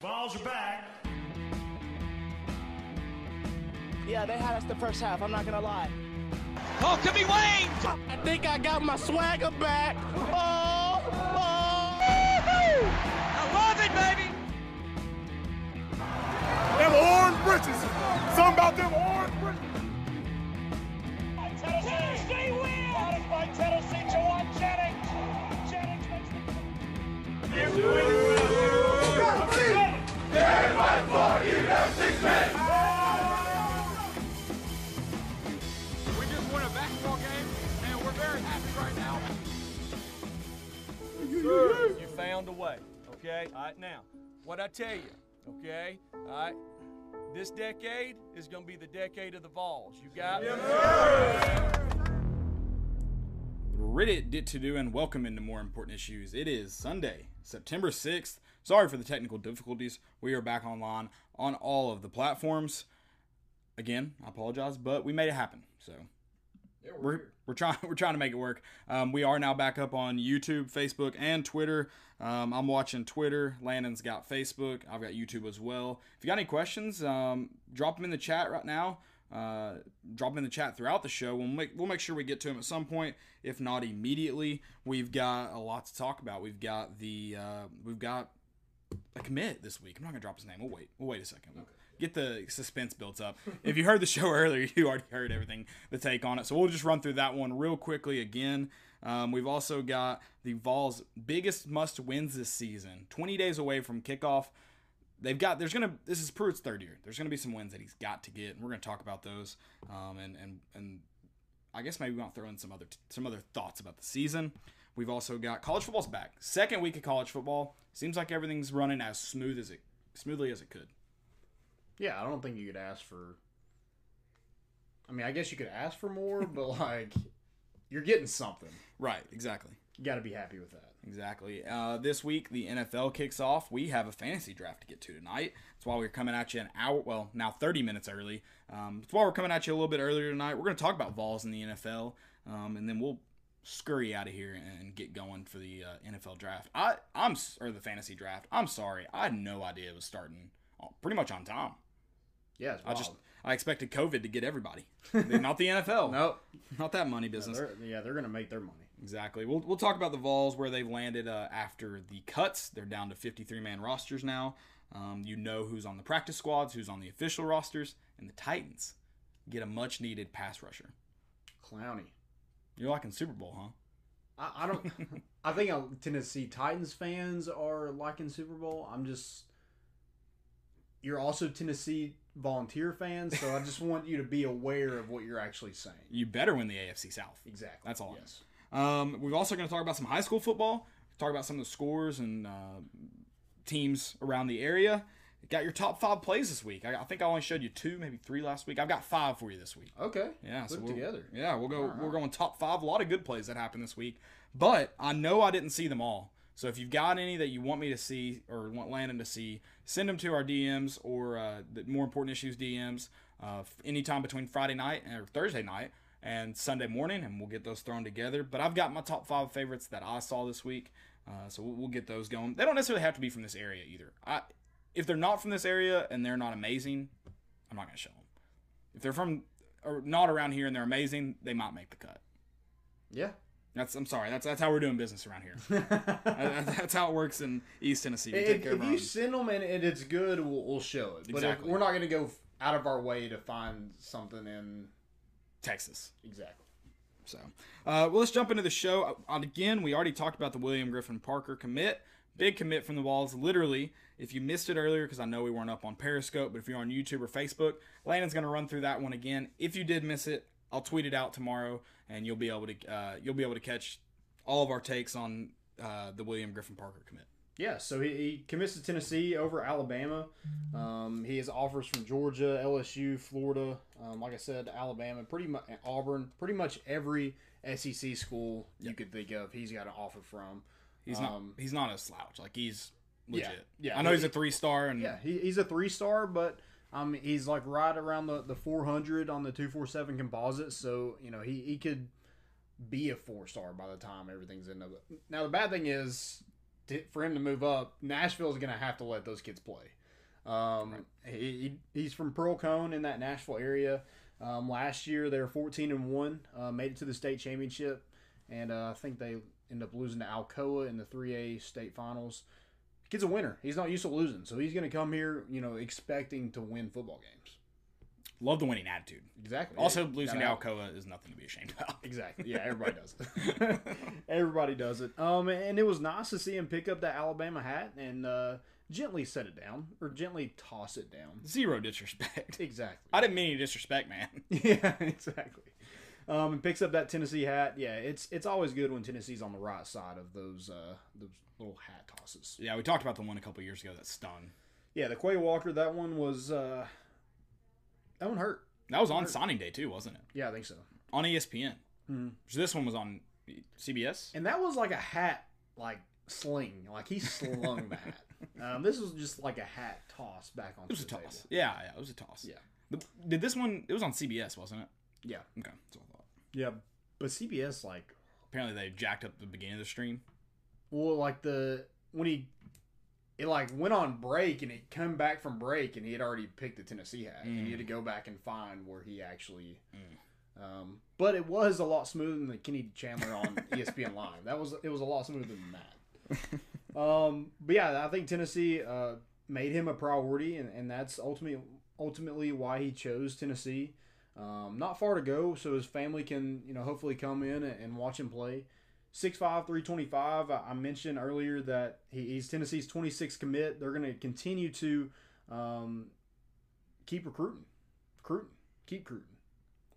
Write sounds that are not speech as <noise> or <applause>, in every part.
Balls are back. Yeah, they had us the first half. I'm not gonna lie. Oh, could be Wayne. I think I got my swagger back. Oh, oh. I love it, baby. Them orange britches. Something about them orange britches. We just won a basketball game, and we're very happy right now. Sir, you found a way, okay? All right, now, what I tell you, okay? All right, this decade is going to be the decade of the Vols. You got it? Reddit did to do and welcome into more important issues. It is Sunday, September 6th. Sorry for the technical difficulties. We are back online on all of the platforms. Again, I apologize, but we made it happen. So we're, we're, trying <laughs> we're trying to make it work. Um, we are now back up on YouTube, Facebook, and Twitter. Um, I'm watching Twitter. Landon's got Facebook. I've got YouTube as well. If you got any questions, um, drop them in the chat right now. Uh, drop them in the chat throughout the show. We'll make we'll make sure we get to them at some point, if not immediately. We've got a lot to talk about. We've got the uh, we've got a commit this week. I'm not gonna drop his name. We'll wait. We'll wait a second. We'll Get the suspense built up. if you heard the show <laughs> earlier, you already heard everything the take on it. So we'll just run through that one real quickly again. Um, we've also got the Vols' biggest must wins this season. 20 days away from kickoff. They've got. There's gonna. This is Pruitt's third year. There's gonna be some wins that he's got to get, and we're gonna talk about those. Um, and and and I guess maybe we want to throw in some other some other thoughts about the season. We've also got college football's back. Second week of college football seems like everything's running as smooth as it smoothly as it could. Yeah, I don't think you could ask for. I mean, I guess you could ask for more, but like, you're getting something. Right, exactly, You got to be happy with that. exactly. Uh, this week the NFL kicks off. We have a fantasy draft to get to tonight. That's why we're coming at you an hour, well, now 30 minutes early. Um, that's why we're coming at you a little bit earlier tonight. We're going to talk about Vols in the NFL, um, and then we'll scurry out of here and get going for the uh, NFL draft. I, I'm s- or the fantasy draft. I'm sorry, I had no idea it was starting uh, pretty much on time. Yeah, it's I wild. just I expected COVID to get everybody, not the NFL. <laughs> nope. not that money business. They're, yeah, they're gonna make their money. exactly. We'll we'll talk about the Vols where they've landed uh, after the cuts. They're down to 53 man rosters now. Um, you know who's on the practice squads, who's on the official rosters, and the Titans get a much needed pass rusher. Clowny. You're liking Super Bowl, huh? I, I don't. I think uh, Tennessee Titans fans are liking Super Bowl. I'm just. You're also Tennessee volunteer fans, so I just want you to be aware of what you're actually saying. You better win the AFC South. Exactly. That's all. Yes. Um, we're also going to talk about some high school football. Talk about some of the scores and uh, teams around the area. Got your top five plays this week. I, I think I only showed you two, maybe three last week. I've got five for you this week. Okay. Yeah, Put it we'll- together. Yeah, we'll go. We're going top five. A lot of good plays that happened this week, but I know I didn't see them all. So if you've got any that you want me to see or want Landon to see, send them to our DMs or uh, the more important issues DMs uh, f- anytime between Friday night or Thursday night and Sunday morning, and we'll get those thrown together. But I've got my top five favorites that I saw this week, uh, so we'll, we'll get those going. They don't necessarily have to be from this area either. I, if they're not from this area and they're not amazing, I'm not going to show them if they're from or not around here and they're amazing, they might make the cut. <laughs> Yeah. That's I'm sorry. That's that's how we're doing business around here. <laughs> That- that's how it works in East Tennessee. We If, take if over you on- send them and, and it's good, we'll, we'll show it. But if Exactly. we're not going to go f- out of our way to find something in Texas. exactly. So, uh, well, let's jump into the show. Uh, Again, we already talked about the William Griffin Parker commit. Big commit from the Walls. Literally, if you missed it earlier, because I know we weren't up on Periscope, but if you're on YouTube or Facebook, Landon's going to run through that one again. If you did miss it, I'll tweet it out tomorrow, and you'll be able to uh, you'll be able to catch all of our takes on uh, the William Griffin Parker commit. Yeah, so he, he commits to Tennessee over Alabama. Um, he has offers from Georgia, LSU, Florida. Um, like I said, Alabama, pretty much Auburn, pretty much every SEC school you could think of. He's got an offer from. He's not. Um, he's not a slouch. Like he's legit. Yeah, yeah. I know he's a three star, and Yeah, he, he's a three star, but um, he's like right around the, the 400 on the 247 composite. So, you know, he, he could be a four star by the time everything's in. the- Now, the bad thing is to, for him to move up, Nashville's going to have to let those kids play. Um, he, he- he's from Pearl Cone in that Nashville area. Um, last year they were 14 and one, uh, made it to the state championship, and uh, I think they end up losing to Alcoa in the 3A state finals. Kid's a winner. He's not used to losing, so he's going to come here, you know, expecting to win football games. Love the winning attitude. Exactly. Also, Yeah, losing to gotta- Alcoa is nothing to be ashamed of. Exactly. Yeah, everybody does <laughs> it. everybody does it. Um, and it was nice to see him pick up that Alabama hat and uh, gently set it down or gently toss it down. <laughs> Zero disrespect. <laughs> Exactly. I didn't mean any disrespect, man. <laughs> yeah, exactly. Um, and picks up that Tennessee hat. Yeah, it's it's always good when Tennessee's on the right side of those uh, those little hat tosses. Yeah, we talked about the one a couple years ago that stung. Yeah, the Quay Walker. That one was uh, that one hurt. That was on signing day too, wasn't it? Yeah, I think so. On E ESPN. Hmm. So this one was on CBS. And that was like a hat, like sling, like he slung the <laughs> hat. Um, this was just like a hat toss back onto It was a the table. toss. Yeah, yeah, it was a toss. Yeah. The- Did this one? It was on CBS, wasn't it? Yeah, Okay, that's what I thought. yeah. But CBS, like, Apparently they jacked up the beginning of the stream. well, like the when he it like went on break and he come back from break and he had already picked the Tennessee hat. and He had to go back and find where he actually. Um, but it was a lot smoother than the Kenny Chandler on E ESPN Live. That was it was a lot smoother than that. Um, but yeah, I think Tennessee uh, made him a priority, and, and that's ultimately ultimately why he chose Tennessee. Um, not far to go, so his family can you know hopefully come in and, and watch him play. 6'5", 325. I I mentioned earlier that he, he's Tennessee's 26th commit. They're going to continue to um, keep recruiting, recruiting, keep recruiting,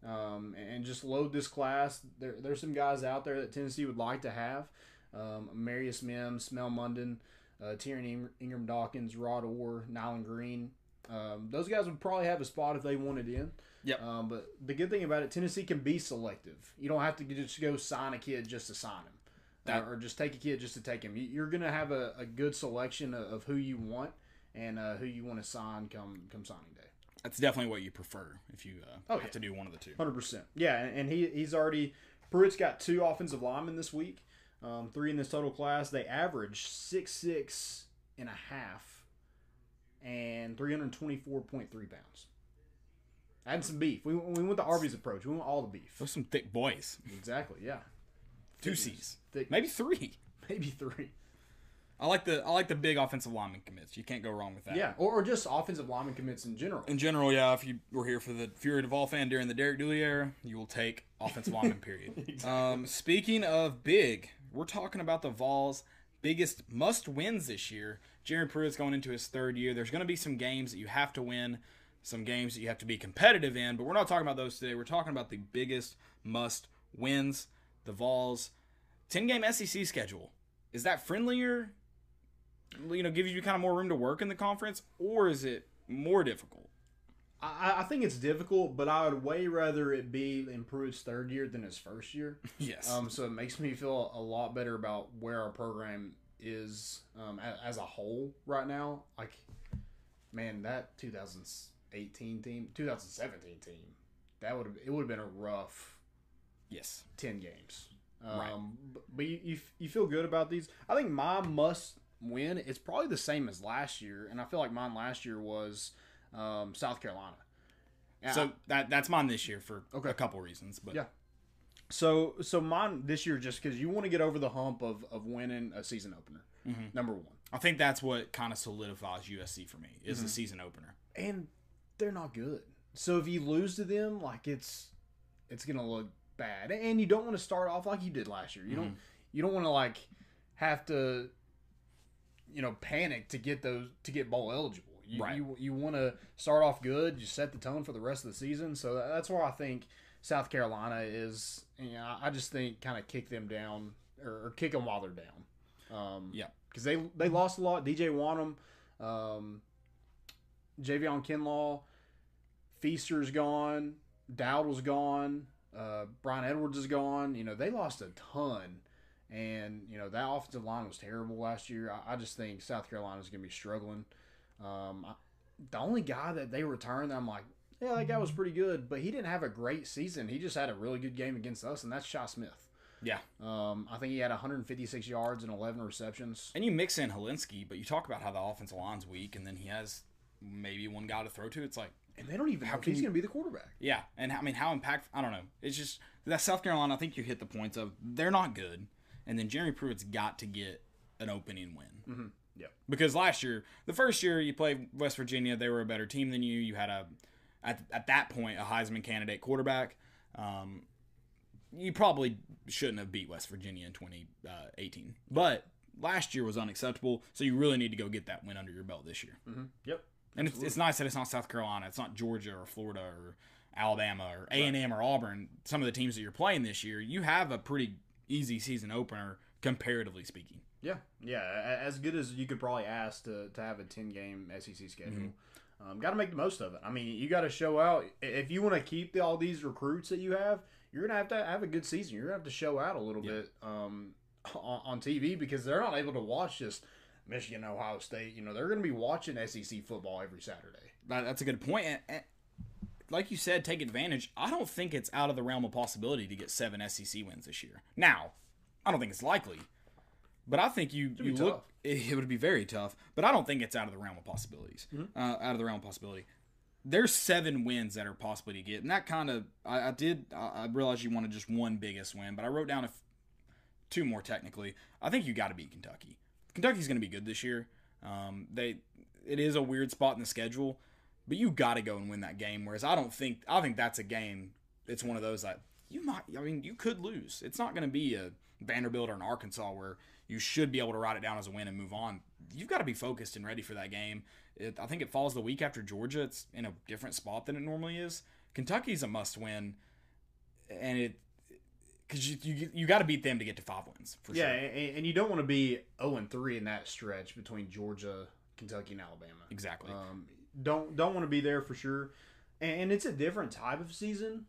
um, and and just load this class. There, there's some guys out there that Tennessee would like to have. Um, Marius Mims, Smell Munden, uh, Tyrion Ing- Ingram Dawkins, Rod Orr, Nylon Green. Um, those guys would probably have a spot if they wanted in. Yep. Um, but the good thing about it, Tennessee can be selective. You don't have to just go sign a kid just to sign him, uh, That- or, or just take a kid just to take him. You- You're gonna have a, a good selection of, of who you want and uh, who you want to sign come come signing day. That's definitely what you prefer if you uh, Oh, have yeah. to do one of the two. Hundred percent. Yeah, and, and he he's already Pruitt's got two offensive linemen this week, um, three in this total class. They average six six and a half and three hundred twenty four point three pounds. Add some beef. We, we went the Arby's approach. We want all the beef. Those some thick boys. Exactly. Yeah. Two C's. Thick. Maybe three. <laughs> Maybe three. I like the I like the big offensive lineman commits. You can't go wrong with that. Yeah, or, or just offensive lineman commits in general. In general, yeah, if you were here for the Fury Duvall fan during the Derek Dooley era, you will take offensive lineman, period. um, speaking of big, we're talking about the Vols' biggest must wins this year. Jerry Pruitt's going into his third year. There's going to be some games that you have to win, some games that you have to be competitive in, but we're not talking about those today. We're talking about the biggest must wins. The Vols' 10 game SEC schedule. Is that friendlier? You know, gives you kind of more room to work in the conference, or is it more difficult? I, I think it's difficult, but I would way rather it be in Pruitt's third year than his first <laughs> year. Yes. Um, so it makes me feel a lot better about where our program is um, as, as a whole right now. Like, man, that 2018 team, 2017 team, that would have it would have been a rough yes. 10 games. Um, Right. b- But you, you, f- you feel good about these. I think my must win is probably the same as last year. And I feel like mine last year was um, South Carolina. Yeah. So that that's mine this year for Okay. a couple reasons, but Yeah. So so mine this year just because you want to get over the hump of, of winning a season opener. Mm-hmm. Number one. I think that's what kind of solidifies USC for me is the Mm-hmm. season opener. And they're not good. So if you lose to them, like it's it's gonna look bad. And you don't want to start off like you did last year. You don't Mm-hmm. you don't want to like have to you know panic to get those to get bowl eligible. You, Right. you, you want to start off good, you set the tone for the rest of the season. So that- that's where I think South Carolina is. You know, I just think kind of kick them down or, or kick them while they're down. Um, Yeah. because they they lost a lot. DJ Wanham, um, Javion Kinlaw, Feaster's gone, Dowdle's gone, uh, Brian Edwards is gone. You know they lost a ton, and you know that offensive line was terrible last year. I, I just think South Carolina's going to be struggling. Um, I, the only guy that they returned, I'm like, yeah, that guy was pretty good, but he didn't have a great season. He just had a really good game against us, and that's Shaw Smith. Yeah. Um, I think he had 156 yards and 11 receptions. And you mix in Helinski, but you talk about how the offensive line's weak, and then he has maybe one guy to throw to. It's like, And they don't even know if can he's you- going to be the quarterback. yeah. And I mean, how impactful? I don't know. It's just that South Carolina, I think you hit the points of they're not good. And then Jeremy Pruitt's got to get an opening win. Mm-hmm. Yeah. Because last year, the first year you played West Virginia, they were a better team than you. You had a, at, at that point, a Heisman candidate quarterback. Um, you probably shouldn't have beat West Virginia in 2018. But last year was unacceptable, so you really need to go get that win under your belt this year. Mm-hmm. Yep. And it's, it's nice that it's not South Carolina, it's not Georgia or Florida or Alabama or A and M or Auburn. Some of the teams that you're playing this year, you have a pretty easy season opener, comparatively speaking. Yeah, yeah. a- As good as you could probably ask to, to have a ten game SEC schedule. Um, got to make the most of it. I mean, you got to show out I- if you want to keep the, all these recruits that you have. You're gonna have to have a good season. You're gonna have to show out a little bit um, <laughs> on, on TV because they're not able to watch just Michigan, Ohio State. You know, they're gonna be watching SEC football every Saturday. That, that's a good point. And, and like you said, take advantage. I don't think it's out of the realm of possibility to get seven SEC wins this year. Now, I don't think it's likely, but I think you, be you look. tough. <laughs> It, it would be very tough, but I don't think it's out of the realm of possibilities. Mm-hmm. Uh, out of the realm of possibility. There's seven wins that are possibly to get, and that kind of I, I did. I, I realized you wanted just one biggest win, but I wrote down a f- two more technically. I think you got to beat Kentucky. Kentucky's going to be good this year. Um, they it is a weird spot in the schedule, but you got to go and win that game. Whereas I don't think I think that's a game. It's one of those that you might. I mean, you could lose. It's not going to be a Vanderbilt or an Arkansas where you should be able to write it down as a win and move on. You've got to be focused and ready for that game. It, I think it falls the week after Georgia. It's in a different spot than it normally is. Kentucky's a must win, and it because you you, you got to beat them to get to five wins for Yeah, sure. and, and you don't want to be zero and three in that stretch between Georgia, Kentucky, and Alabama. Exactly. Um, don't don't want to be there for sure. And, and it's a different type of season,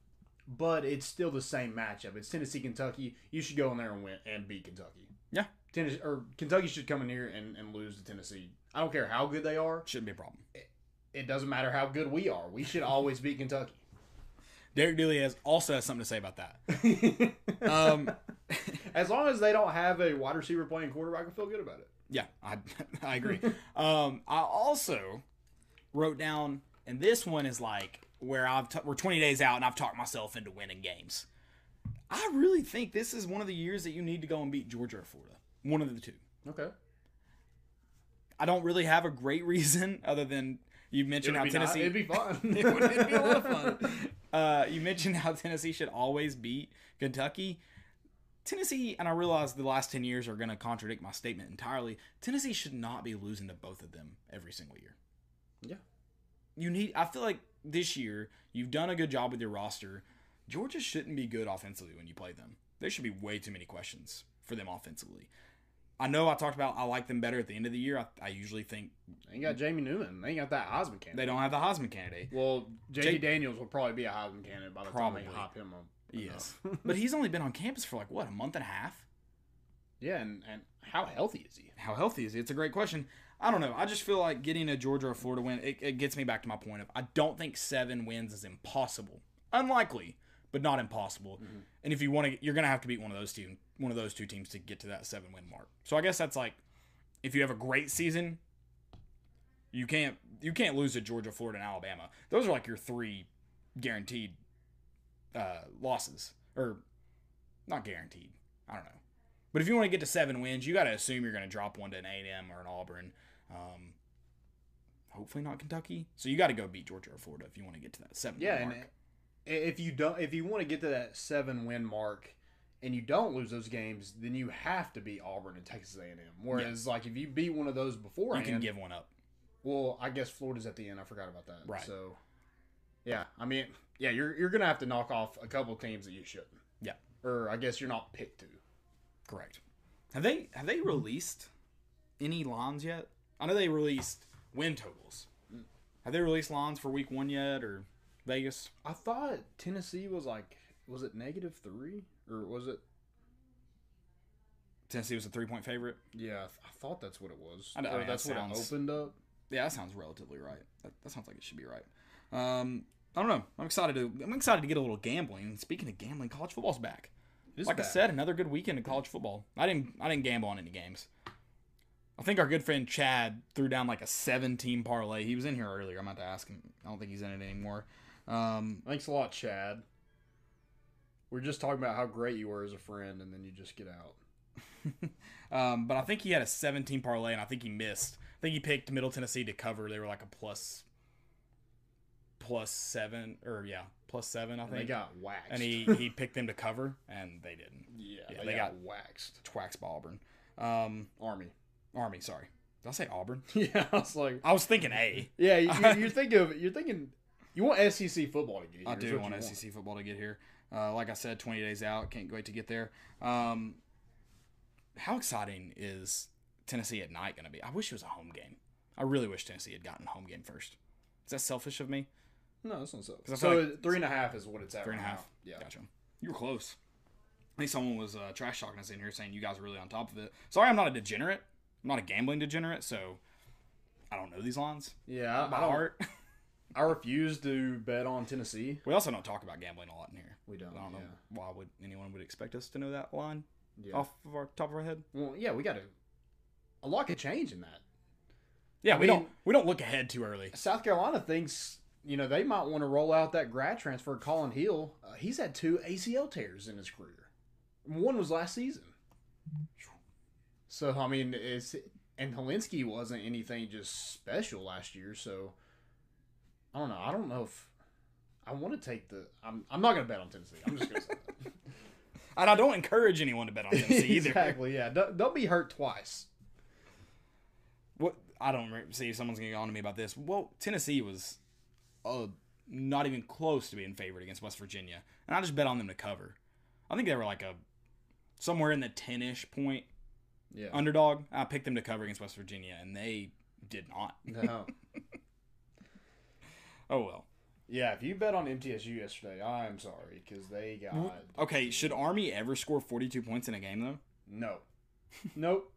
but it's still the same matchup. It's Tennessee, Kentucky. You should go in there and win and beat Kentucky. yeah, Tennessee or Kentucky should come in here and, and lose to Tennessee. I don't care how good they are. shouldn't be a problem. It doesn't matter how good we are. We should always beat Kentucky. <laughs> Derek Dooley has also has something to say about that. um, As long as they don't have a wide receiver playing quarterback, I feel good about it. yeah, I, <laughs> I agree. um, I also wrote down, and this one is like where I've t- we're 20 days out, and I've talked myself into winning games. I really think this is one of the years that you need to go and beat Georgia or Florida. One of the two. Okay. I don't really have a great <laughs> reason other than you mentioned how It'd be, not- Tennessee. it'd be fun. <laughs> it would it'd be a lot of fun. Uh, you mentioned how <laughs> Tennessee should always beat Kentucky. Tennessee, and I realize the last 10 years are going to contradict my statement entirely. Tennessee should not be losing to both of them every single year. <laughs> Yeah. You need, I feel like this year, you've done a good job with your roster. Georgia shouldn't be good offensively when you play them. There should be way too many questions for them offensively. I know I talked about I like them better at the end of the year. I, I usually think They ain't got Jamie Newman. They ain't got that Heisman candidate. they don't have the Heisman candidate. Well, JD Jake- Daniels will probably be a Heisman candidate by the time Probably. they hop him up. Yes. <laughs> but he's only been on campus for like what, a month and a half? Yeah, and, and how healthy is he? How healthy is he? It's a great question. I don't know. I just feel like getting a Georgia or Florida win, it, it gets me back to my point of I don't think seven wins is impossible. Unlikely, but not impossible. Mm-hmm. And if you want to, you're gonna have to beat one of those two, one of those two teams to get to that seven win mark. So I guess that's like, if you have a great season, you can't you can't lose to Georgia, Florida, and Alabama. Those are like your three guaranteed uh, losses, or not guaranteed. I don't know. But if you want to get to seven wins, you got to assume you're going to drop one to an A&M or an Auburn. Um, hopefully not Kentucky. So you got to go beat Georgia or Florida if you want to get to that seven. Yeah, win and mark. i- if you don't, if you want to get to that seven win mark, and you don't lose those games, then you have to beat Auburn and Texas A and M. Whereas, like if you beat one of those you beforehand, can give one up. well, I guess Florida's at the end. I forgot about that. Right. So, yeah, I mean, yeah, you're you're gonna have to knock off a couple teams that you shouldn't, Yeah, or I guess you're not picked to. correct. Have they have they released any lines yet? I know they released win totals. Have they released lines for week one yet or Vegas? I thought Tennessee was like, was it negative three or was it? Tennessee was a three point favorite. Yeah, I, th- I thought that's what it was. I know, Or I mean, that's that what it sounds- opened up. Yeah, that sounds relatively right. That, that sounds like it should be right. Um, I don't know. I'm excited to I'm excited to get a little gambling. Speaking of gambling, college football's back. It is like I bad. said, another good weekend of college football. I didn't I didn't gamble on any games. I think our good friend Chad threw down like a seven team parlay. He was in here earlier. I'm about to ask him. I don't think he's in it anymore. Um, Thanks a lot, Chad. We We're just talking about how great you were as a friend, and then you just get out. um, but I think he had a 17 parlay, and I think he missed. I think he picked Middle Tennessee to cover. They were like a plus, plus seven, or yeah, plus seven. I And they think. got waxed. <laughs> and he he picked them to cover, and they didn't. yeah, yeah, they, they got, got- waxed. Twax by Auburn. Um, Army. Army, sorry. Did I say Auburn? <laughs> Yeah, I was like, I was thinking A. yeah, you, you- you're thinking of you're thinking you want SEC football to get. Here, I is do what want E you SEC football to get here. Uh, like I said, 20 days out. Can't wait to get there. Um, how exciting is Tennessee at night going to be? I wish it was a home game. I really wish Tennessee had gotten a home game first. Is that selfish of me? No, that's not so. 'Cause I So feel three and a half is what it's at. Three and a right half. now. Yeah. Gotcha. You were close. I think someone was uh, trash talking us in here saying you guys are really on top of it. Sorry, I'm not a degenerate. I'm not a gambling degenerate, so I don't know these lines Yeah, I, by I, don't- heart. <laughs> I refuse to bet on Tennessee. We also don't talk about gambling a lot in here. We don't, I don't know yeah. why would anyone would expect us to know that line Yeah. off of our top of our head. Well, yeah, we got to. A lot could change in that. Yeah, we mean- don't we don't look ahead too early. South Carolina thinks you know they might want to roll out that grad transfer, Colin Hill. Uh, he's had two ACL tears in his career. One was last season. So I mean, it's and Helinski wasn't anything just special last year. So I don't know. I don't know if I want to take the. I'm I'm not going to bet on Tennessee. I'm just going to say that. <laughs> And I don't encourage anyone to bet <laughs> on <laughs> Tennessee <laughs> either. exactly. Yeah. Don't, don't be hurt twice. What I don't re- see if someone's gonna get on to me about this. Well, Tennessee was uh, not even close to being favored against West Virginia, and I just bet on them to cover. I think they were like a somewhere in the ten ish point Yeah. underdog. I picked them to cover against West Virginia, and they did not. <laughs> no. Oh well. Yeah. If you bet on MTSU yesterday, I'm sorry because they got Okay, should Army ever score 42 points in a game though? No. nope.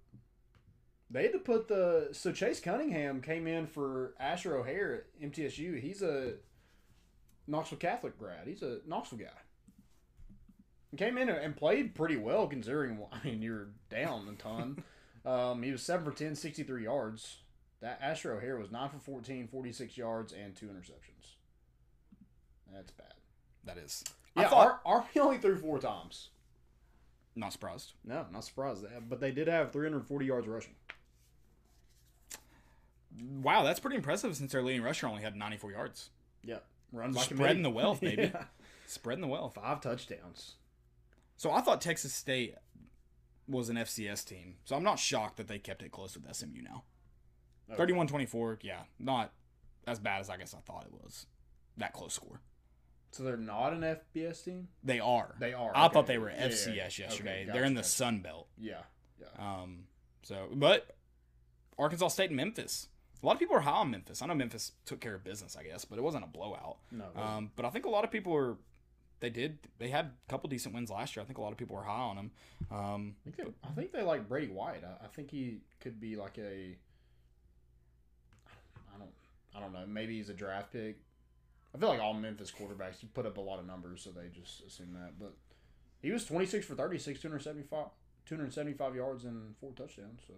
They had to put the so Chase Cunningham came in for Asher O'Hare at MTSU. He's a Knoxville Catholic grad. He's a Knoxville guy. He came in and played pretty well considering <laughs> I mean you're down a ton. um, he was 7 for 10, 63 yards. That Asher O'Hare was 9 for 14, 46 yards and two interceptions. That's bad. That is. Yeah, I thought Ar- Army only threw four times. not surprised. No, not surprised. They have- But they did have 340 yards rushing. Wow, that's pretty impressive since their leading rusher only had 94 yards. Yeah. Run by committee. Spreading the wealth, baby. <laughs> Spreading the wealth. Five touchdowns. So I thought Texas State was an FCS team. So I'm not shocked that they kept it close with SMU now. Okay. 31 24, yeah. Not as bad as I guess I thought it was. That close score. So they're not an FBS team? They are. They are, I thought okay. they were Yeah, yeah, FCS yeah. yesterday. Okay, They're in the gotcha, Sun Belt. Yeah. Yeah. Um, so, but Arkansas State and Memphis. A lot of people are high on Memphis. I know Memphis took care of business, I guess, but it wasn't a blowout. No, it wasn't. Um, but I think a lot of people are. They did. They had a couple decent wins last year. I think a lot of people were high on them. Um, I think they, I think they like Brady White. I, I think he could be like a. I don't. I don't know. Maybe he's a draft pick. I feel like all Memphis quarterbacks you put up a lot of numbers, so they just assume that. But he was twenty six for thirty six, two hundred seventy five, two hundred seventy five yards and four touchdowns. So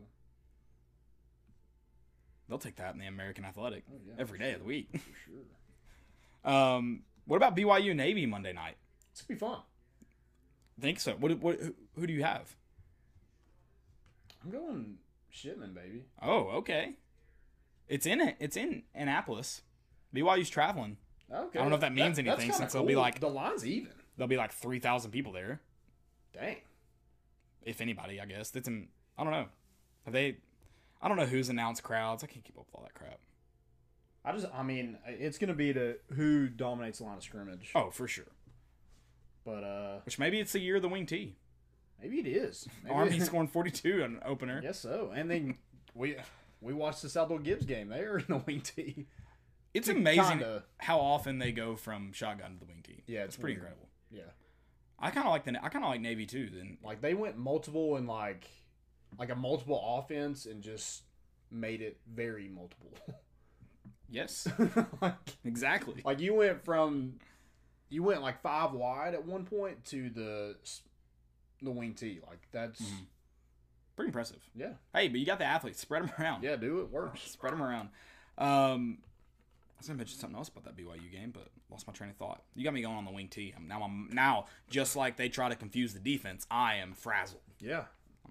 they'll take that in the American Athletic yeah, every day of the week. for sure, Um, what about BYU Navy Monday night? it's gonna be fun. Think so. What? What? Who, who do you have? I'm going Shipman, baby. Oh, okay. It's in it. It's in Annapolis. BYU's traveling. Okay. I don't know if that means that's anything kinda since they'll be like- the line's even. There'll be like three thousand people there. Dang. if anybody, I guess. That's in I don't know. Have they I don't know who's announced crowds. I can't keep up with all that crap. I just, I mean, it's going to be to who dominates the line of scrimmage. Oh, for sure. But uh Which maybe it's the year of the wing tee. maybe it is. Maybe <laughs> Army scoring forty two on an opener. Yes, so. And then we we watched the Salvador Gibbs game. They are <laughs> in the wing tee. It's amazing kinda. how often they go from shotgun to the wing tee. Yeah, it's it's, pretty weird. incredible. Yeah. I kind of like the I kind of like Navy too. Then Like they went multiple and like like a multiple offense and just made it very multiple. <laughs> yes, like <laughs> exactly. Like you went from you went like five wide at one point to the s- the wing tee. Like that's Pretty impressive. yeah, Hey, but you got the athletes. Spread them around. yeah, dude, it works. Spread them around. Um, I was gonna mention something else about that BYU game, but lost my train of thought. You got me going on the wing tee. I'm, now I'm now just like they try to confuse the defense. I am frazzled. Yeah,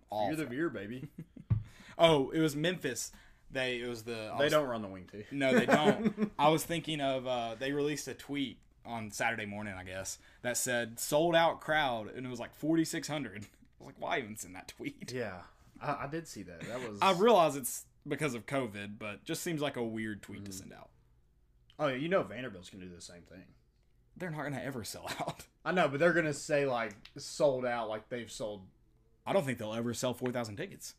All you're the fra- veer, <laughs> baby. oh, it was Memphis. They it was the I They was- don't run the wing tee. No, they don't. I was thinking of uh, they released a tweet on Saturday morning, I guess, that said sold out crowd, and it was like 4,600. I was like, why even send that tweet? Yeah, I, I did see that. That was. I realize it's because of COVID, but just seems like a weird tweet to send out. oh, you know Vanderbilt's gonna do the same thing. They're not gonna ever sell <laughs> out. I know, but they're gonna say like sold out, like they've sold. I don't think they'll ever sell 4,000 tickets.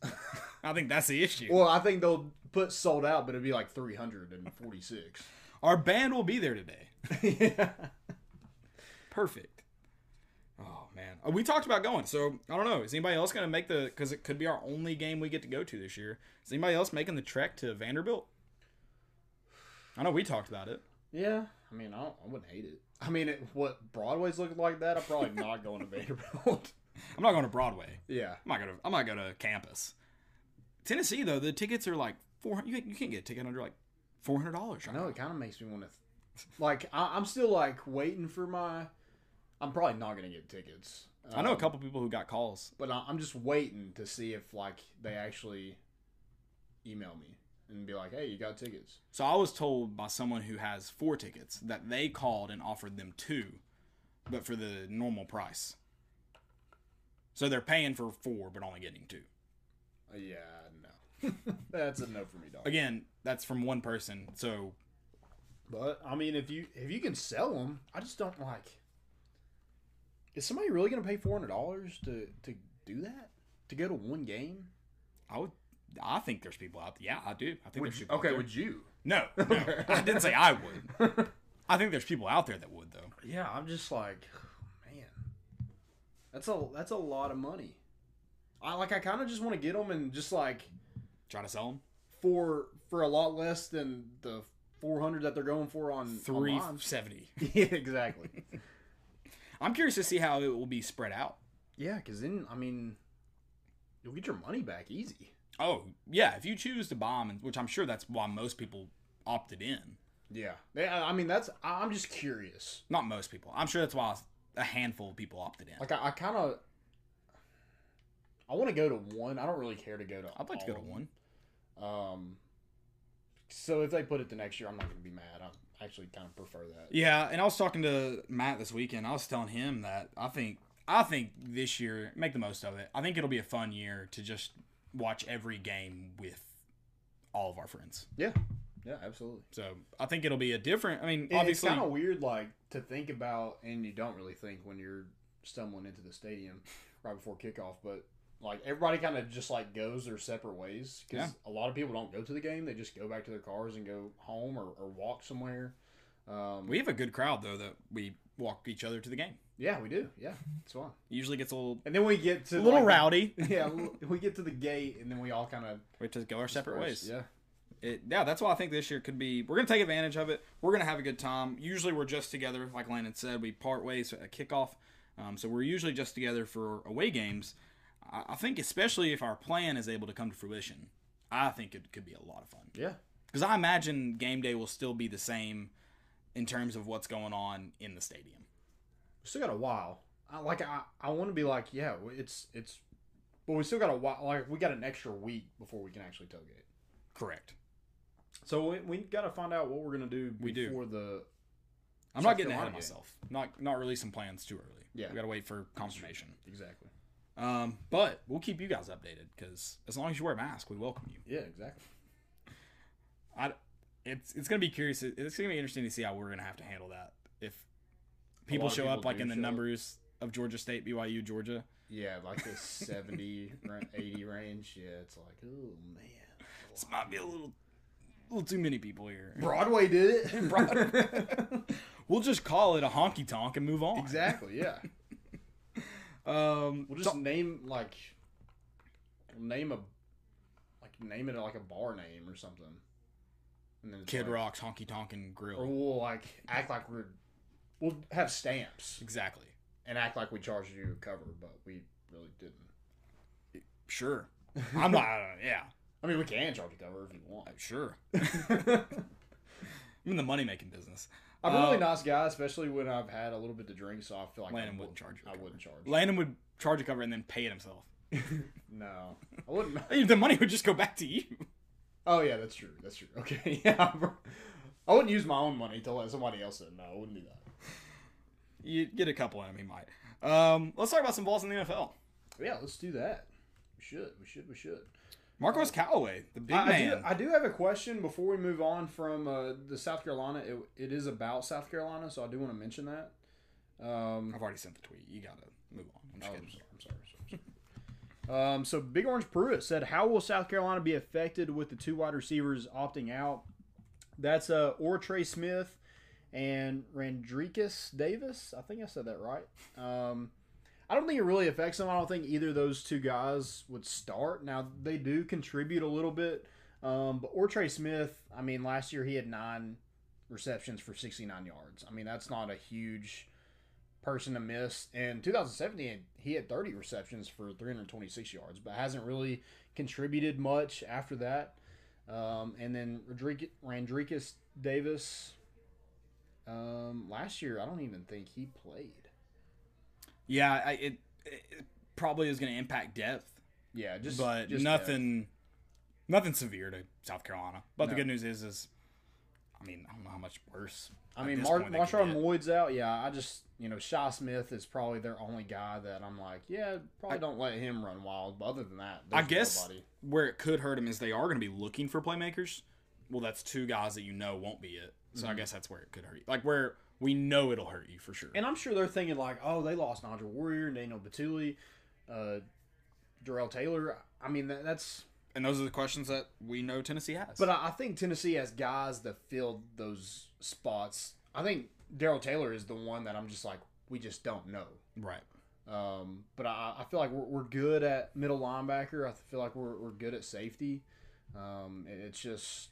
I think that's the issue. Well, I think they'll put sold out, but it'd be like three hundred and forty six. Our band will be there today. <laughs> yeah. Perfect. Oh man, Uh, we talked about going. So I don't know. Is anybody else gonna make the? Because it could be our only game we get to go to this year. Is anybody else making the trek to Vanderbilt? I know we talked about it. Yeah. I mean, I, don't, I wouldn't hate it. I mean, it, what Broadway's looking like that, I'm probably not going to Vanderbilt. <laughs> I'm not going to Broadway. yeah. I'm not gonna. I'm not going to campus. Tennessee though, the tickets are like four. You, you can't get a ticket under like four hundred dollars right No, now. it kind of makes me want to. like, I, I'm still like waiting for my. I'm probably not going to get tickets. I know a Um, couple people who got calls. but I, I'm just waiting to see if like they actually email me and be like, "Hey, you got tickets?" So I was told by someone who has four tickets that they called and offered them two, but for the normal price. So they're paying for four, but only getting two. Uh, yeah, no, <laughs> that's a no for me, dog. Again, that's from one person. So But I mean, if you if you can sell them, I just don't like. Is somebody really going to pay four hundred dollars to to do that to go to one game? I would, I think there's people out. Yeah, I do. I think there's people. out there. you? no, no, I didn't say I would. I think there's people out there that would though. Yeah, I'm just like, <sighs> man, that's a that's a lot of money. I like. I kind of just want to get them and just like Try to sell them for for a lot less than the four hundred that they're going for on three online. seventy. <laughs> yeah, exactly. <laughs> I'm curious to see how it will be spread out. yeah, because then I mean, you'll get your money back easy. Oh yeah, if you choose to buy them, which I'm sure that's why most people opted in. Yeah, yeah. I mean, that's I- I'm just curious. Not most people. I'm sure that's why a handful of people opted in. Like I, I kind of I want to go to one. I don't really care to go to. I'd like to all go to of one. them. Um, so if they put it the next year, I'm not going to be mad. I actually kind of prefer that. Yeah, and I was talking to Matt this weekend. I was telling him that I think I think this year make the most of it. I think it'll be a fun year to just watch every game with all of our friends. Yeah, yeah, absolutely. So I think it'll be a different. I mean, It- it's obviously, kind of weird, like to think about, and you don't really think when you're stumbling into the stadium right before kickoff. But like everybody kind of just like goes their separate ways because a lot of people don't go to the game; they just go back to their cars and go home or, or walk somewhere. Um, we have a good crowd though that we walk each other to the game. yeah, we do. Yeah, it's fun. Usually gets a little And then we get to a little like, rowdy. <laughs> Yeah, l- we get to the gate, and then we all kind of <laughs> We have to go our separate ways. Yeah, it, yeah, that's why I think this year could be. We're gonna take advantage of it. We're gonna have a good time. Usually, we're just together, like Landon said. We part ways at kickoff, um, so we're usually just together for away games. I, I think, especially if our plan is able to come to fruition, I think it could be a lot of fun. yeah, Because I imagine game day will still be the same in terms of what's going on in the stadium. we still got a while. I like I I want to be like yeah, w- it's it's, but we still got a while. Like we got an extra week before we can actually tailgate. Correct. So we, we got to find out what we're gonna do We do. before the I'm South not getting ahead Carolina of game. myself. Not not releasing plans too early. Yeah. we gotta wait for confirmation. exactly. Um, but we'll keep you guys updated because as long as you wear a mask, we welcome you. Yeah, exactly. I, it's it's gonna be curious. It- It's gonna be interesting to see how we're gonna have to handle that if people lot of show people up like do in the show up. numbers of Georgia State, BYU, Georgia. Yeah, like the 70, ra- 80 range. Yeah, it's like oh man. This might be a little, little too many people here. Broadway did <laughs> it. <laughs> We'll just call it a honky tonk and move on. exactly. <laughs> Yeah. Um, We'll just name like name a like name it like a bar name or something. And then it's Kid like- Rock's honky tonk and grill. Or we'll like act like we're we'll have stamps exactly. and act like we charge you a cover, but we really didn't. <laughs> Sure. I'm not. yeah. I mean, we can charge a cover if you want. Sure. <laughs> I'm in the money making business. I'm a really Uh, nice guy, especially when I've had a little bit to drink, so I feel like Landon I wouldn't charge you a I cover. wouldn't charge. Landon would charge a cover and then pay it himself. no, I wouldn't. <laughs> The money would just go back to you. Oh yeah, that's true. That's true. <laughs> Okay, yeah. bro. I wouldn't use my own money to let somebody else in. No, I wouldn't do that. You get a couple in him, he might. Um, let's talk about some balls in the NFL. Yeah, let's do that. We should. We should. We should. Marcos Callaway, the big I, I man. do, I do have a question before we move on from uh, the South Carolina. It, it is about South Carolina, so I do want to mention that. Um, I've already sent the tweet. You gotta move on. I'm just Oh, I'm kidding. sorry. I'm sorry. I'm sorry. <laughs> um, so Big Orange Pruitt said, "How will South Carolina be affected with the two wide receivers opting out?" That's uh, or Trey Smith and Randricus Davis. I think I said that right. Um, I don't think it really affects them. I don't think either of those two guys would start. Now they do contribute a little bit, um, but or Trey Smith. I mean, last year he had nine receptions for 69 yards. I mean, that's not a huge person to miss. In 2017, he had 30 receptions for 326 yards, but hasn't really contributed much after that. Um, and then Rodrigue- Randricus Davis, um, last year, I don't even think he played. Yeah, I, it, it probably is gonna impact depth, Yeah, just but just nothing, nothing severe to South Carolina. But the No. good news is, is I mean, I don't know how much worse. that. I at mean, this Mar- point they could Marshawn get. Lloyd's out. Yeah, I just you know, Shaw Smith is probably their only guy that I'm like, yeah, probably don't let him run wild. But other than that, I there's guess nobody. where it could hurt them is they are going to be looking for playmakers. Well, that's two guys that you know won't be it. So Mm-hmm. I guess that's where it could hurt you. Like where we know it'll hurt you for sure. And I'm sure they're thinking like, oh, they lost Nigel Warrior and Daniel Batuli, uh, Darrell Taylor. I mean, that, that's. And those are the questions that we know Tennessee has. But I, I think Tennessee has guys that filled those spots. I think Darrell Taylor is the one that I'm just like, we just don't know. right. Um, but I, I feel like we're, we're good at middle linebacker. I feel like we're, we're good at safety. Um, it- it's just,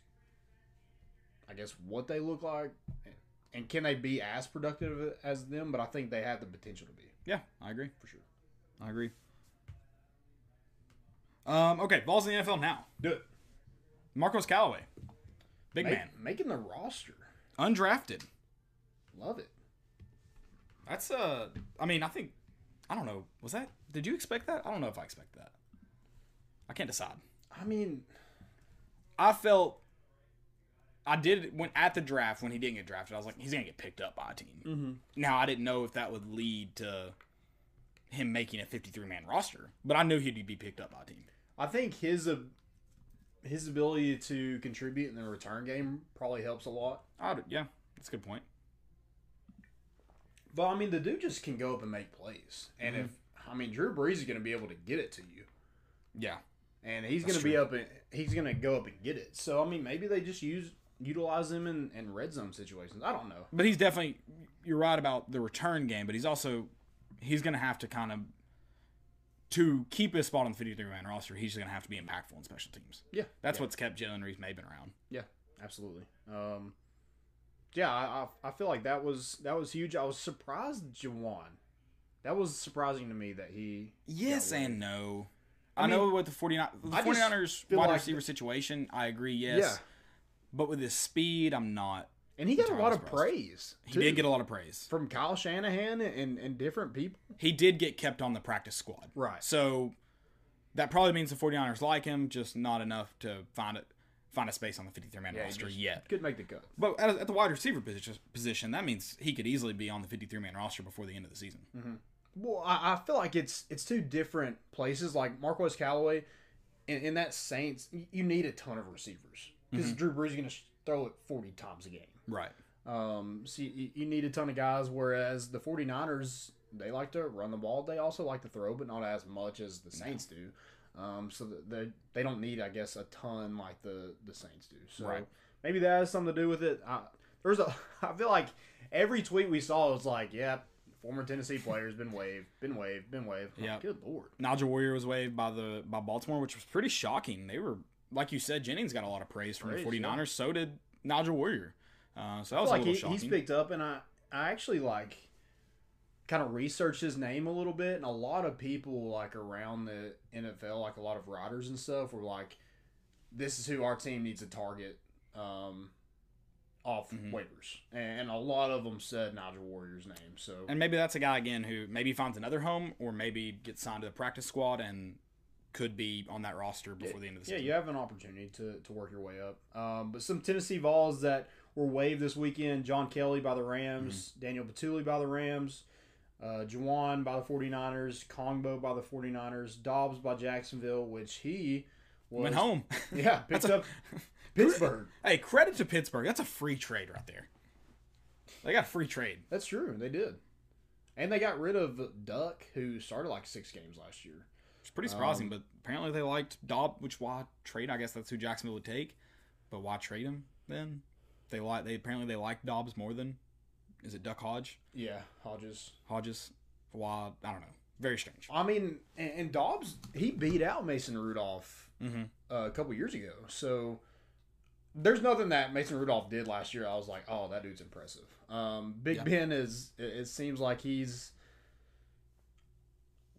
I guess, what they look like, and can they be as productive as them? But I think they have the potential to be Yeah, I agree. for sure. I agree. Um, okay, balls in the NFL now. Do it. Marcos Callaway, big Make- man, making the roster. undrafted. Love it. That's uh, I mean, I think, I don't know. Was that? Did you expect that? I don't know if I expect that. I can't decide. I mean, I felt I did when at the draft when he didn't get drafted. I was like, he's gonna get picked up by a team. Mm-hmm. Now I didn't know if that would lead to him making a 53 man roster, but I knew he'd be picked up by a team. I think his ab- his ability to contribute in the return game probably helps a lot. I would- yeah, that's a good point. But I mean, the dude just can go up and make plays, and Mm-hmm. if I mean Drew Brees is going to be able to get it to you, Yeah, and he's That's going to be true. up and he's going to go up and get it. So I mean, maybe they just use utilize him in, in red zone situations. I don't know. but he's definitely you're right about the return game, but he's also he's gonna have to kind of to keep his spot on the 53 man roster. He's gonna have to be impactful in special teams. Yeah, That's what's kept Jalen Reeves Maven around. Yeah, absolutely. Um, yeah, I, I I feel like that was that was huge. I was surprised Jawan. That was surprising to me that he. Yes Yeah, and no. I, I know with the 49 the I just 49ers feel wide like receiver the- situation, I agree, yes. But with his speed, I'm not. and he got a lot Jarwan's of surprised. praise. He did too, get a lot of praise. from Kyle Shanahan and and different people. He did get kept on the practice squad. Right. So that probably means the 49ers like him, just not enough to find it find a space on the 53 man he roster just yet. Could make the cut. But at, at the wide receiver position, position, that means he could easily be on the 53 man roster before the end of the season. Well, I, I feel like it's it's two different places. Like Marquez Callaway, in, in that Saints, y- you need a ton of receivers Mm-hmm. because Drew Brees is going to throw it forty times a game. Right. Um, so you, you need a ton of guys, whereas the 49ers, they like to run the ball. They also like to throw, but not as much as the Saints do. Um, so that they, they don't need, I guess, a ton like the, the Saints do. So Right. maybe that has something to do with it. I, there's a, <laughs> I feel like every tweet we saw was like, yeah, former Tennessee player's been waived, been waived, been waived. I'm like, Yep. Good Lord. Nigel Warrior was waived by the by Baltimore, which was pretty shocking. They were like you said, Jennings got a lot of praise from Praise, the 49ers. yeah. So did Nigel Warrior. Uh, so that was a like little he, shocking. he's picked up, and I, I actually like. kind of researched his name a little bit, and a lot of people like around the NFL, like a lot of writers and stuff, were like, "This is who our team needs to target um, off Mm-hmm. waivers," and a lot of them said Nigel Warrior's name. So And maybe that's a guy again who maybe finds another home or maybe gets signed to the practice squad and could be on that roster before the end of the Yeah, season. you have an opportunity to, to work your way up. Um, but some Tennessee Vols that were waived this weekend John Kelly by the Rams, Mm-hmm. Daniel Batuli by the Rams, uh, Juwan by the 49ers, Kongbo by the 49ers, Dobbs by Jacksonville, which he was, Went home. <laughs> <laughs> Yeah, picked up Pittsburgh. hey, credit to Pittsburgh. That's a free trade right there. They got a free trade. That's true. They did. And they got rid of Duck, who started like six games last year. It's pretty surprising, but apparently they liked Dob, which why trade? I guess that's who Jacksonville would take. But why trade him then? They like they apparently they like Dobbs more than is it Duck Hodge Yeah, Hodges. Hodges? Why I don't know. Very strange. I mean, and, and Dobbs he beat out Mason Rudolph Mm-hmm. uh, a couple years ago. So there's nothing that Mason Rudolph did last year. I was like, oh, that dude's impressive. Um, Big Ben is. It, it seems like he's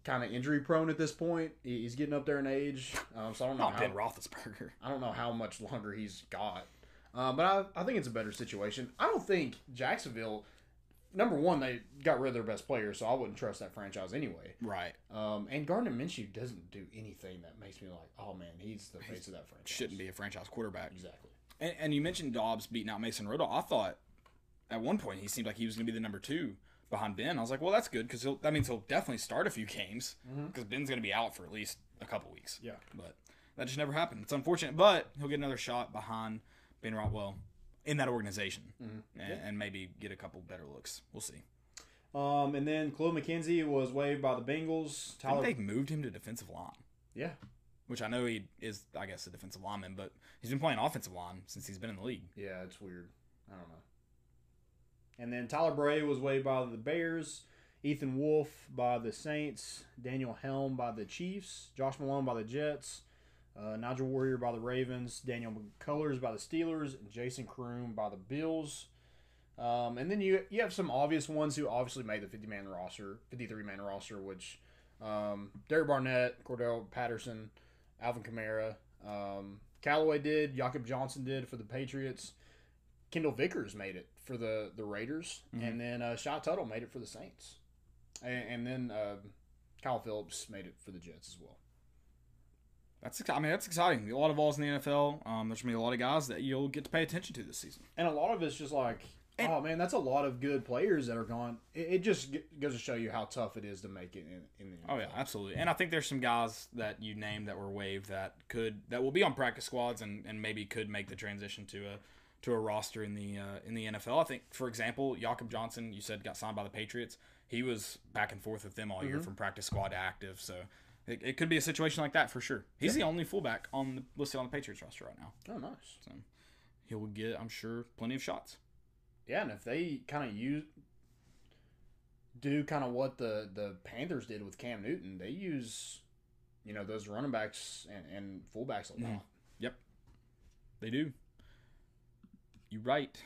kind of injury prone at this point. He- He's getting up there in age. Um, so I don't know. Not how- Ben Roethlisberger. I don't know how much longer he's got. Um, but I, I think it's a better situation. I don't think Jacksonville. Number one, they got rid of their best player, so I wouldn't trust that franchise anyway. Right. Um, and Gardner Minshew doesn't do anything that makes me like, oh man, he's the face of that franchise. Shouldn't be a franchise quarterback. exactly. And, and you mentioned Dobbs beating out Mason Rudolph. I thought at one point he seemed like he was going to be the number two behind Ben. I was like, well, that's good because that means he'll definitely start a few games because Ben's going to be out for at least a couple weeks. Mm-hmm. Yeah. But that just never happened. It's unfortunate, but he'll get another shot behind Ben Rotwell in that organization Mm-hmm. and, and maybe get a couple better looks. We'll see. Um, and then Chloe McKenzie was waived by the Bengals. I Tyler, think they've moved him to defensive line, yeah, which I know he is, I guess, a defensive lineman, but he's been playing offensive line since he's been in the league. yeah, it's weird. I don't know. And then Tyler Bray was waived by the Bears. Ethan Wolf by the Saints. Daniel Helm by the Chiefs. Josh Malone by the Jets. Uh, Nigel Warrior by the Ravens. Daniel McCullers by the Steelers. And Jason Kroon by the Bills. Um, and then you you have some obvious ones who obviously made the 50 man roster, 53 man roster, which um, Derek Barnett, Cordell Patterson, Alvin Kamara, um, Callaway did, Jakob Johnson did for the Patriots, Kendall Vickers made it for the the Raiders, Mm-hmm. and then uh, Shot Tuttle made it for the Saints, and, and then uh, Kyle Phillips made it for the Jets as well. That's exci- I mean that's exciting. A lot of balls in the NFL. Um, there's gonna be a lot of guys that you'll get to pay attention to this season. And a lot of it's just like, oh man, that's a lot of good players that are gone. It, it just g- goes to show you how tough it is to make it in, in the NFL. Oh yeah, absolutely. And I think there's some guys that you named that were waived that could that will be on practice squads and, and maybe could make the transition to a to a roster in the uh, in the NFL. I think for example, Jakob Johnson, you said got signed by the Patriots. He was back and forth with them all year from practice squad to active. So it, it could be a situation like that for sure. He's the only fullback on the listed on the Patriots roster right now. Oh nice. He will get, I'm sure, plenty of shots. Yeah, and if they kind of use do kind of what the the Panthers did with Cam Newton, they use you know those running backs and, and fullbacks Mm-hmm. a lot. Yep. They do. You right.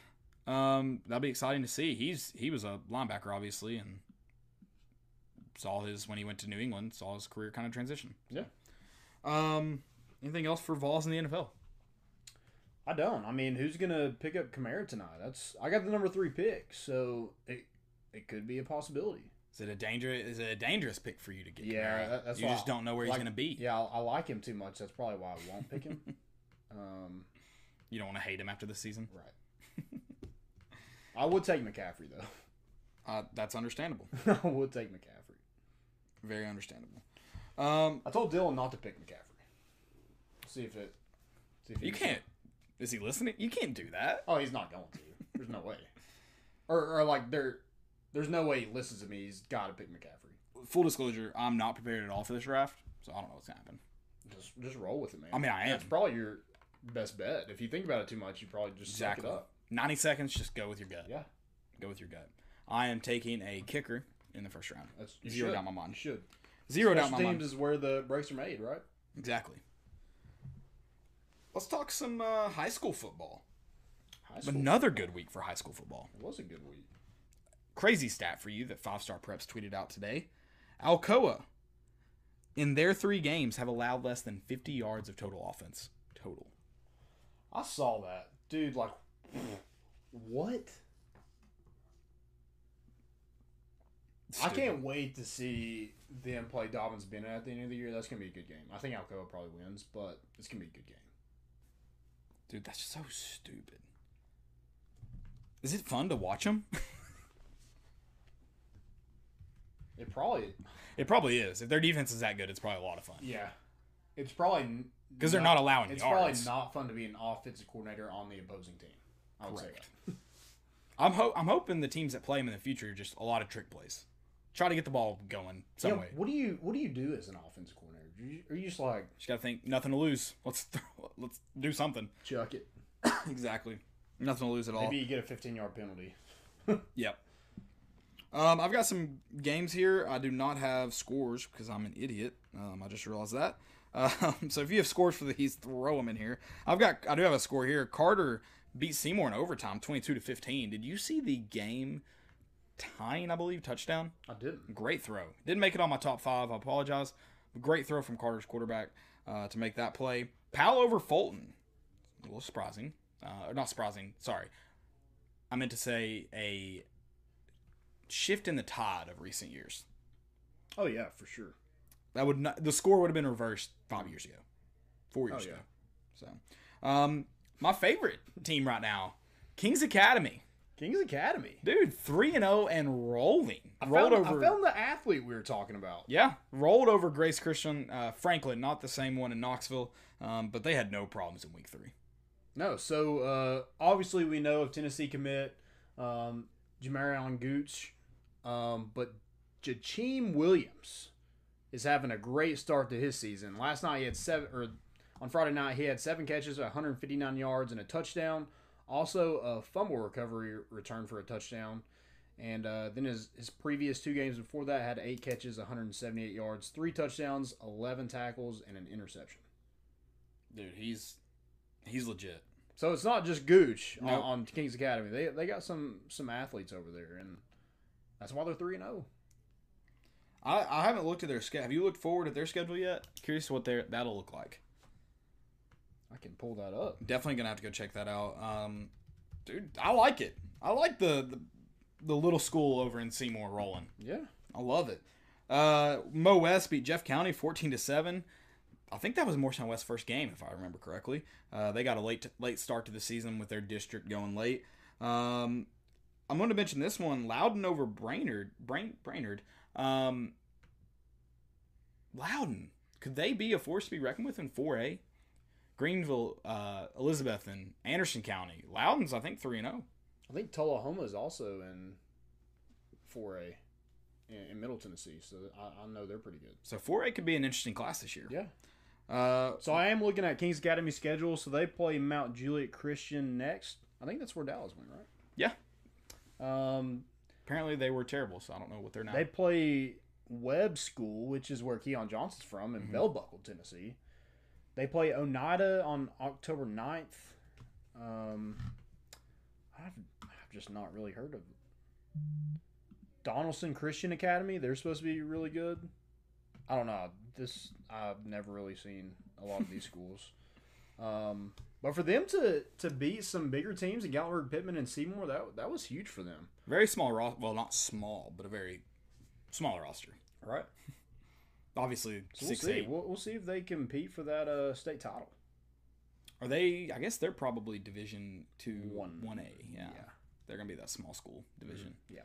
Um, that'll be exciting to see. He's he was a linebacker obviously and saw his when he went to New England, saw his career kind of transition. Yeah, Um anything else for Vols in the NFL? I don't. I mean, who's gonna pick up Kamara tonight? That's I got the number three pick, so it it could be a possibility. Is it a danger is it a dangerous pick for you to get? Yeah, Kamara? that- that's you why just don't know where he's like- gonna be. Yeah, I, I like him too much. That's probably why I won't <laughs> pick him. um, You don't want to hate him after the season. right. I would take McCaffrey though. <laughs> Uh, that's understandable. I would take McCaffrey. Very understandable. Um I told Dylan not to pick McCaffrey. See if it. See if he- you can't is he listening? You can't do that. Oh, he's not going to. There's no <laughs> way. Or, or like there, there's no way he listens to me. He's got to pick McCaffrey. Full disclosure, I'm not prepared at all for this draft, so I don't know what's gonna happen. Just just roll with it, man. I mean, I am. That's probably your best bet. If you think about it too much, you probably just suck Exactly. it up. 90 seconds, just go with your gut. Yeah, Go with your gut. I am taking a kicker in the first round. that's you Zeroed should. out my mind. You should. Zero down Special my teams mind. is where the breaks are made, right? Exactly. Let's talk some uh, high school football. High school. Another good week for high school football. It was a good week. Crazy stat for you that Five Star Preps tweeted out today. Alcoa, in their three games, have allowed less than 50 yards of total offense. Total. I saw that. Dude, like, <sniffs> what? I can't wait to see them play Dobbins Bennett at the end of the year. That's going to be a good game. I think Alcoa probably wins, but it's going to be a good game. Dude, that's so stupid. Is it fun to watch them? It probably, <laughs> it probably is. If their defense is that good, it's probably a lot of fun. yeah. It's probably. n- 'Cause they're not allowing It's yards. probably not fun to be an offensive coordinator on the opposing team. I would say Correct. that. I'm ho- I'm hoping the teams that play them in the future are just a lot of trick plays. Try to get the ball going some Yeah, way. what do you what do you do as an offensive coordinator? Do you, are you just like Just gotta think, nothing to lose. Let's <laughs> throw, let's do something. chuck it? Exactly, nothing to lose at all. Maybe you get a 15 yard penalty. Yep. Um, I've got some games here. I do not have scores because I'm an idiot. Um, I just realized that. Um, <laughs> so if you have scores for these, throw them in here. I've got. I do have a score here. Carter beat Seymour in overtime, 22 to 15. Did you see the game tying? I believe touchdown. I didn't. Great throw. Didn't make it on my top five. I apologize. Great throw from Carter's quarterback uh, to make that play. Powell over Fulton. A little surprising. Uh, or not surprising. Sorry. I meant to say a shift in the tide of recent years. Oh yeah, for sure. That would not. The score would have been reversed five years ago, four years Oh, yeah. ago. So, um, my favorite team right now, Kings Academy. Kings Academy. Dude, three and zero and rolling. I Rolled found, over. I found the athlete we were talking about. Yeah, rolled over Grace Christian uh, Franklin, not the same one in Knoxville, um, but they had no problems in week three. No, so uh, obviously we know of Tennessee commit um, Jamarion Gooch, um, but Jacheem Williams is having a great start to his season. Last night he had seven, or on Friday night he had seven catches, 159 yards, and a touchdown. Also a fumble recovery return for a touchdown. And uh, then his, his previous two games before that had eight catches, 178 yards, three touchdowns, 11 tackles, and an interception. Dude, he's he's legit. So it's not just Gooch on, Nope. on Kings Academy. They they got some some athletes over there, and that's why they're three and oh. zero. I, I haven't looked at their schedule. Have you looked forward at their schedule yet? Curious what their that'll look like. I can pull that up. Definitely gonna have to go check that out. Um, dude, I like it. I like the the, the little school over in Seymour rolling. Yeah, I love it. Uh, Mo West beat Jeff County fourteen to seven. I think that was Morristown West's first game, if I remember correctly. Uh, they got a late late start to the season with their district going late. Um, I'm going to mention this one: Loudon over Brainerd. Brain, Brainerd. Um, Loudon could they be a force to be reckoned with in 4A? Greenville, uh, Elizabeth, and Anderson County. Loudon's I think three and oh. zero. I think Tullahoma is also in four A in, in Middle Tennessee, so I, I know they're pretty good. So 4A could be an interesting class this year. Yeah. Uh, So I am looking at Kings Academy schedule. So they play Mount Juliet Christian next. I think that's where Dallas went, right? yeah. Um, Apparently they were terrible, so I don't know what they're now. They play Webb School, which is where Keon Johnson's from, in Bell Buckle, Tennessee. They play Oneida on October 9th. Um, I've, I've just not really heard of it. Donaldson Christian Academy. They're supposed to be really good. I don't know. This I've never really seen a lot of these schools. Um, but for them to to beat some bigger teams in Gatlinburg, Pittman, and Seymour, that that was huge for them. very small roster. Well, not small, but a very small roster. Right. <laughs> Obviously, So we'll six see. eight. We'll, we'll see if they compete for that uh, state title. Are they? I guess they're probably Division two One. one A. Yeah. Yeah. Mm-hmm. they're gonna be that small school division. Yeah.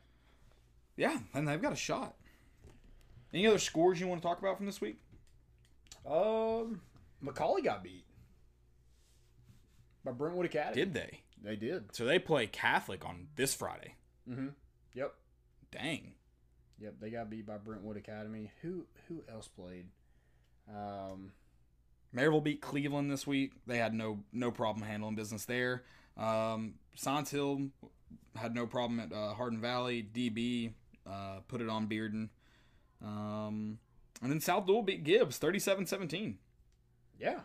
Yeah, and they've got a shot. Any other scores you want to talk about from this week? Um, Macaulay got beat by Brentwood Academy. Did they? They did. So they play Catholic on this Friday. Mm-hmm. Yep. Dang. Yep. They got beat by Brentwood Academy. Who Who else played? Um, Maryville beat Cleveland this week. They had no no problem handling business there. Um, Science Hill had no problem at uh, Hardin Valley. DB uh, put it on Bearden. Um, and then South Dual beat Gibbs 37-17. yeah.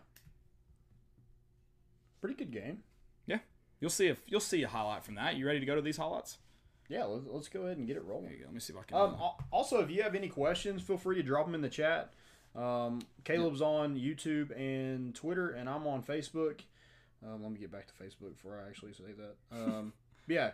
Pretty good game. Yeah. You'll see if you'll see a highlight from that. You ready to go to these highlights? Yeah, let's, let's go ahead and get it rolling. There you go. Let me see if I can. Um, uh, al- also, if you have any questions, feel free to drop them in the chat. Um, Caleb's on YouTube and Twitter, and I'm on Facebook. Um, let me get back to Facebook before I actually say that. Um, but yeah,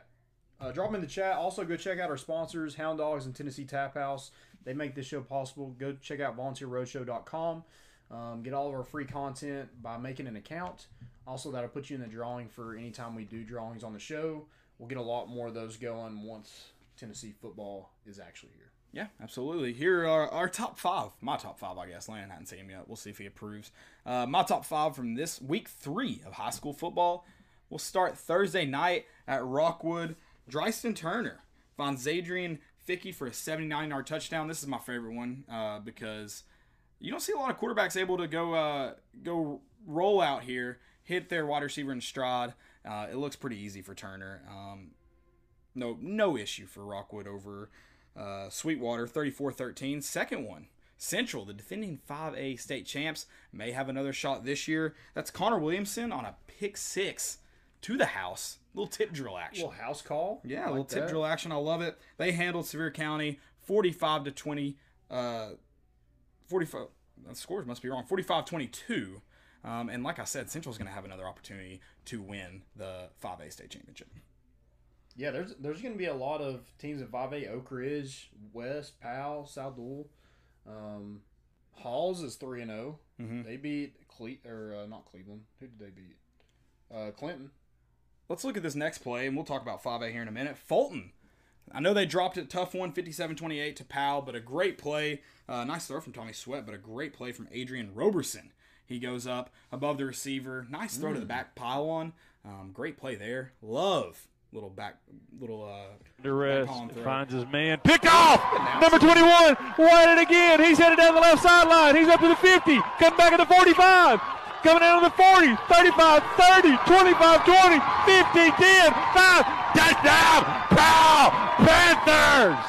uh, drop them in the chat. Also, go check out our sponsors, Hound Dogs and Tennessee Tap House. They make this show possible. Go check out volunteerroadshow.com. Um, get all of our free content by making an account. Also, that'll put you in the drawing for any time we do drawings on the show. We'll get a lot more of those going once Tennessee football is actually here. yeah, absolutely. Here are our top five. My top five, I guess. Landon hadn't seen him yet. We'll see if he approves. Uh, my top five from this week three of high school football. We'll start Thursday night at Rockwood. Dryston Turner finds Adrian Fickey for a 79 yard touchdown. This is my favorite one uh, because you don't see a lot of quarterbacks able to go uh, go roll out here, hit their wide receiver in stride. Uh, it looks pretty easy for Turner. Um, no no issue for Rockwood over uh, Sweetwater 34-13. Second one, Central, the defending 5A state champs, may have another shot this year. That's Connor Williamson on a pick six to the house. Little tip drill action. little house call. Yeah, Like a little tip that. drill action. I love it. They handled Sevier County 45 to 20. Uh, 45. The scores must be wrong. 45 22. Um, and like I said, Central's going to have another opportunity to win the 5A state championship. Yeah, there's there's going to be a lot of teams in 5A, Oak Ridge, West, Powell, South Dual. Um, Halls is 3 and 0. Mm-hmm. They beat Cle- or uh, not Cleveland. Who did they beat? Uh, Clinton. Let's look at this next play, and we'll talk about 5A here in a minute. Fulton. I know they dropped it tough one, 57 28 to Powell, but a great play. Uh, nice throw from Tommy Sweat, but a great play from Adrian Roberson. He goes up above the receiver. Nice throw to the back pylon. Um, great play there. Love little back, little uh, Duress Colin Thread. finds his man. Pick off! Number 21. Won it again. He's headed down the left sideline. He's up to the 50. Coming back at the 45. Coming down to the 40. 35, 30, 25, 20, 50, 10, 5. Touchdown! Powell! Panthers!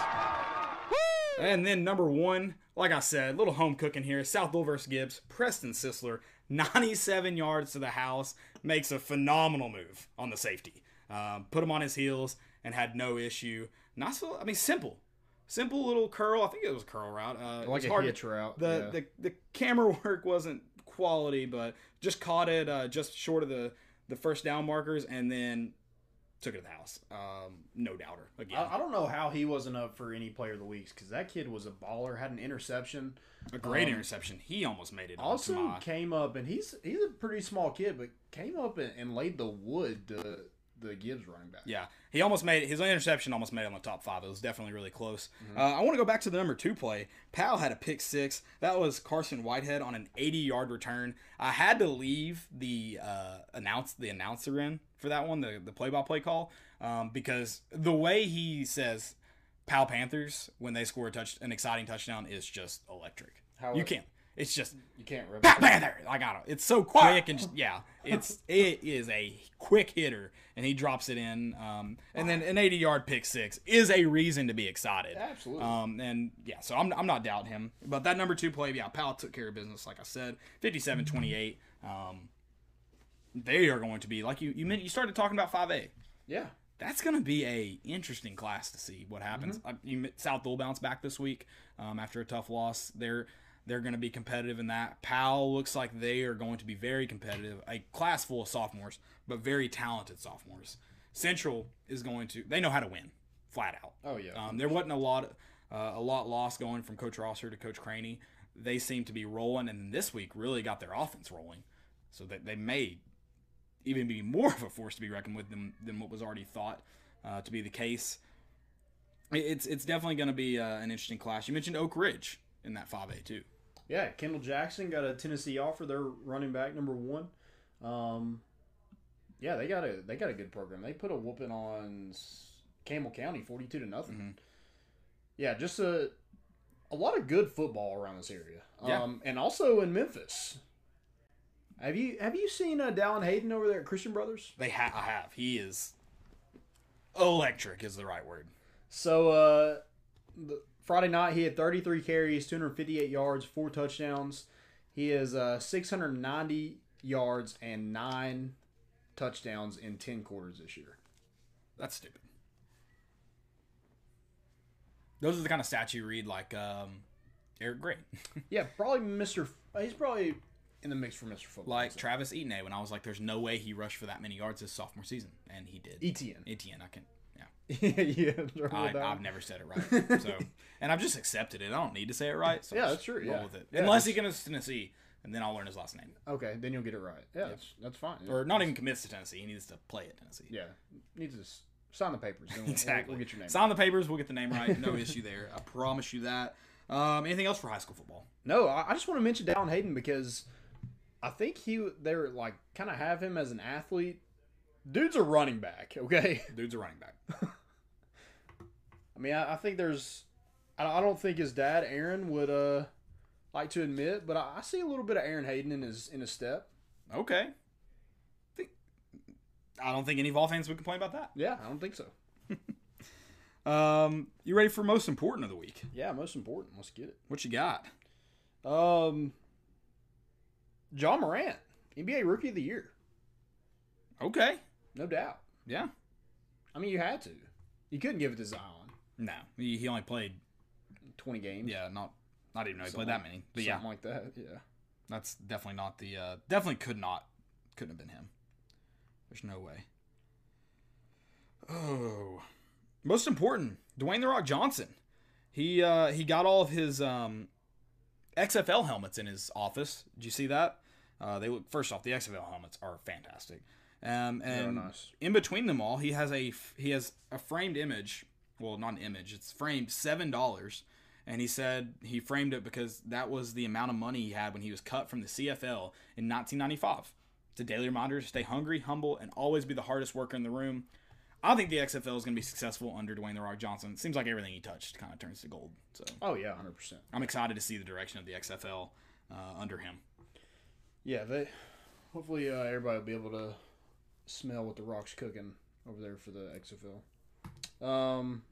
And then number one, like I said, little home cooking here. South Louisville versus Gibbs. Preston Sisler, <laughs> 97 yards to the house, makes a phenomenal move on the safety. Um, put him on his heels and had no issue. Not so, I mean, simple. Simple little curl. I think it was a curl route. Uh, it was a hard to- hitch route, The, yeah. the the camera <laughs> work wasn't quality, but just caught it uh, just short of the, the first down markers and then took it to the house. Um, no doubter. Again, I, I don't know how he wasn't up for any player of the weeks because that kid was a baller, had an interception. a great um, interception. He almost made it. onto Also my- came up and he's he's a pretty small kid, but came up and, and laid the wood to the Gibbs running back. Yeah, he almost made his interception. Almost made it on the top five. It was definitely really close. Uh, I want to go back to the number two play. Powell had a pick six. That was Carson Whitehead on an 80-yard return. I had to leave the uh, announce the announcer in for that one, the the play-by-play call, um, because the way he says Powell Panthers when they score a touch an exciting touchdown is just electric. How- you can't. It's just You can't rip Black Panther. I got him. It's so quick and just, yeah, it's <laughs> it is a quick hitter, and he drops it in. Um, and then an 80 yard pick six is a reason to be excited. Absolutely. Um, and yeah, so I'm, I'm not doubting him. But that number two play, yeah, Powell took care of business, like I said, 57 28. Um, they are going to be like you you meant you started talking about 5A. Yeah. That's going to be a interesting class to see what happens. Mm-hmm. Uh, you met- South will bounce back this week um, after a tough loss. They're they're going to be competitive in that. Powell looks like they are going to be very competitive. A class full of sophomores, but very talented sophomores. Central is going to they know how to win flat out. Oh, yeah. Um, there wasn't a lot uh, a lot lost going from Coach Rosser to Coach Craney. They seem to be rolling, and this week really got their offense rolling, so that they may even be more of a force to be reckoned with than, than what was already thought uh, to be the case. It- It's it's definitely going to be uh, an interesting clash. You mentioned Oak Ridge in that 5A too. Yeah, Kendall Jackson got a Tennessee offer. They're running back number one. Um, yeah, they got a they got a good program. They put a whooping on S- Campbell County, forty two to nothing. Mm-hmm. Yeah, just a a lot of good football around this area. Yeah. Um, and also in Memphis. Have you have you seen uh, Dallin Hayden over there at Christian Brothers? They ha- I have he is electric is the right word. So uh, the, Friday night he had 33 carries, 258 yards, four touchdowns. He has uh, 690 yards and nine touchdowns in 10 quarters this year. That's stupid. Those are the kind of stats you read, like um, Eric Gray, Yeah, probably Mr. F- He's probably in the mix for Mr. Football. <laughs> like Travis Etienne. When I was like, "There's no way he rushed for that many yards his sophomore season," and he did. Etienne. Etienne, I can. Yeah, E <laughs> yeah, E I, I've never said it <laughs> right, so and I've just accepted it. I don't need to say it right. So Yeah, I'll that's just true, Roll yeah. with it. Yeah, Unless he that's- comes to Tennessee, and then I'll learn his last name, Okay, then you'll get it right. Yeah, That's, that's fine. Yeah. or not even commits to Tennessee. He needs to play at Tennessee. yeah, needs to s- sign the papers. Then we'll, Exactly. We'll, get your name. Sign the papers. We'll get the name <laughs> right. No issue there. I promise you that. Um, anything else for high school football? No, I, I just want to mention Dallin Hayden because I think he they're like kind of have him as an athlete. Dude's a running back. Okay, <laughs> Dude's a running back. I mean I, I think there's I, I don't think his dad Aaron would uh like to admit, but I, I see a little bit of Aaron Hayden in his in his step. Okay. Think- I don't think any Vol fans would complain about that. Yeah, I don't think so. Um, you ready for most important of the week? Yeah, most important. Let's get it. What you got? Um, John Morant, NBA Rookie of the Year, Okay. no doubt. Yeah. I mean, you had to. You couldn't give it to Zion. No, he, he only played. Twenty games. Yeah, not not even know he Something- played that many. But yeah, something like that. Yeah. that's definitely not the. Uh, definitely could not. Couldn't have been him. There's no way. Oh, most important, Dwayne the Rock Johnson. He uh, he got all of his um, XFL helmets in his office. Did you see that? Uh, they look first off. The XFL helmets are fantastic. Um, and nice. in between them all, he has a f- he has a framed image. Well, not an image. It's framed seven dollars. And he said he framed it because that was the amount of money he had when he was cut from the CFL in 1995. It's a daily reminder to stay hungry, humble, and always be the hardest worker in the room. I think the XFL is going to be successful under Dwayne the Rock Johnson. It seems like everything he touched kind of turns to gold. So Oh yeah, hundred percent. I'm excited to see the direction of the XFL uh, under him. Yeah, they. Hopefully, uh, everybody will be able to smell what the rocks cooking over there for the XFL. Um,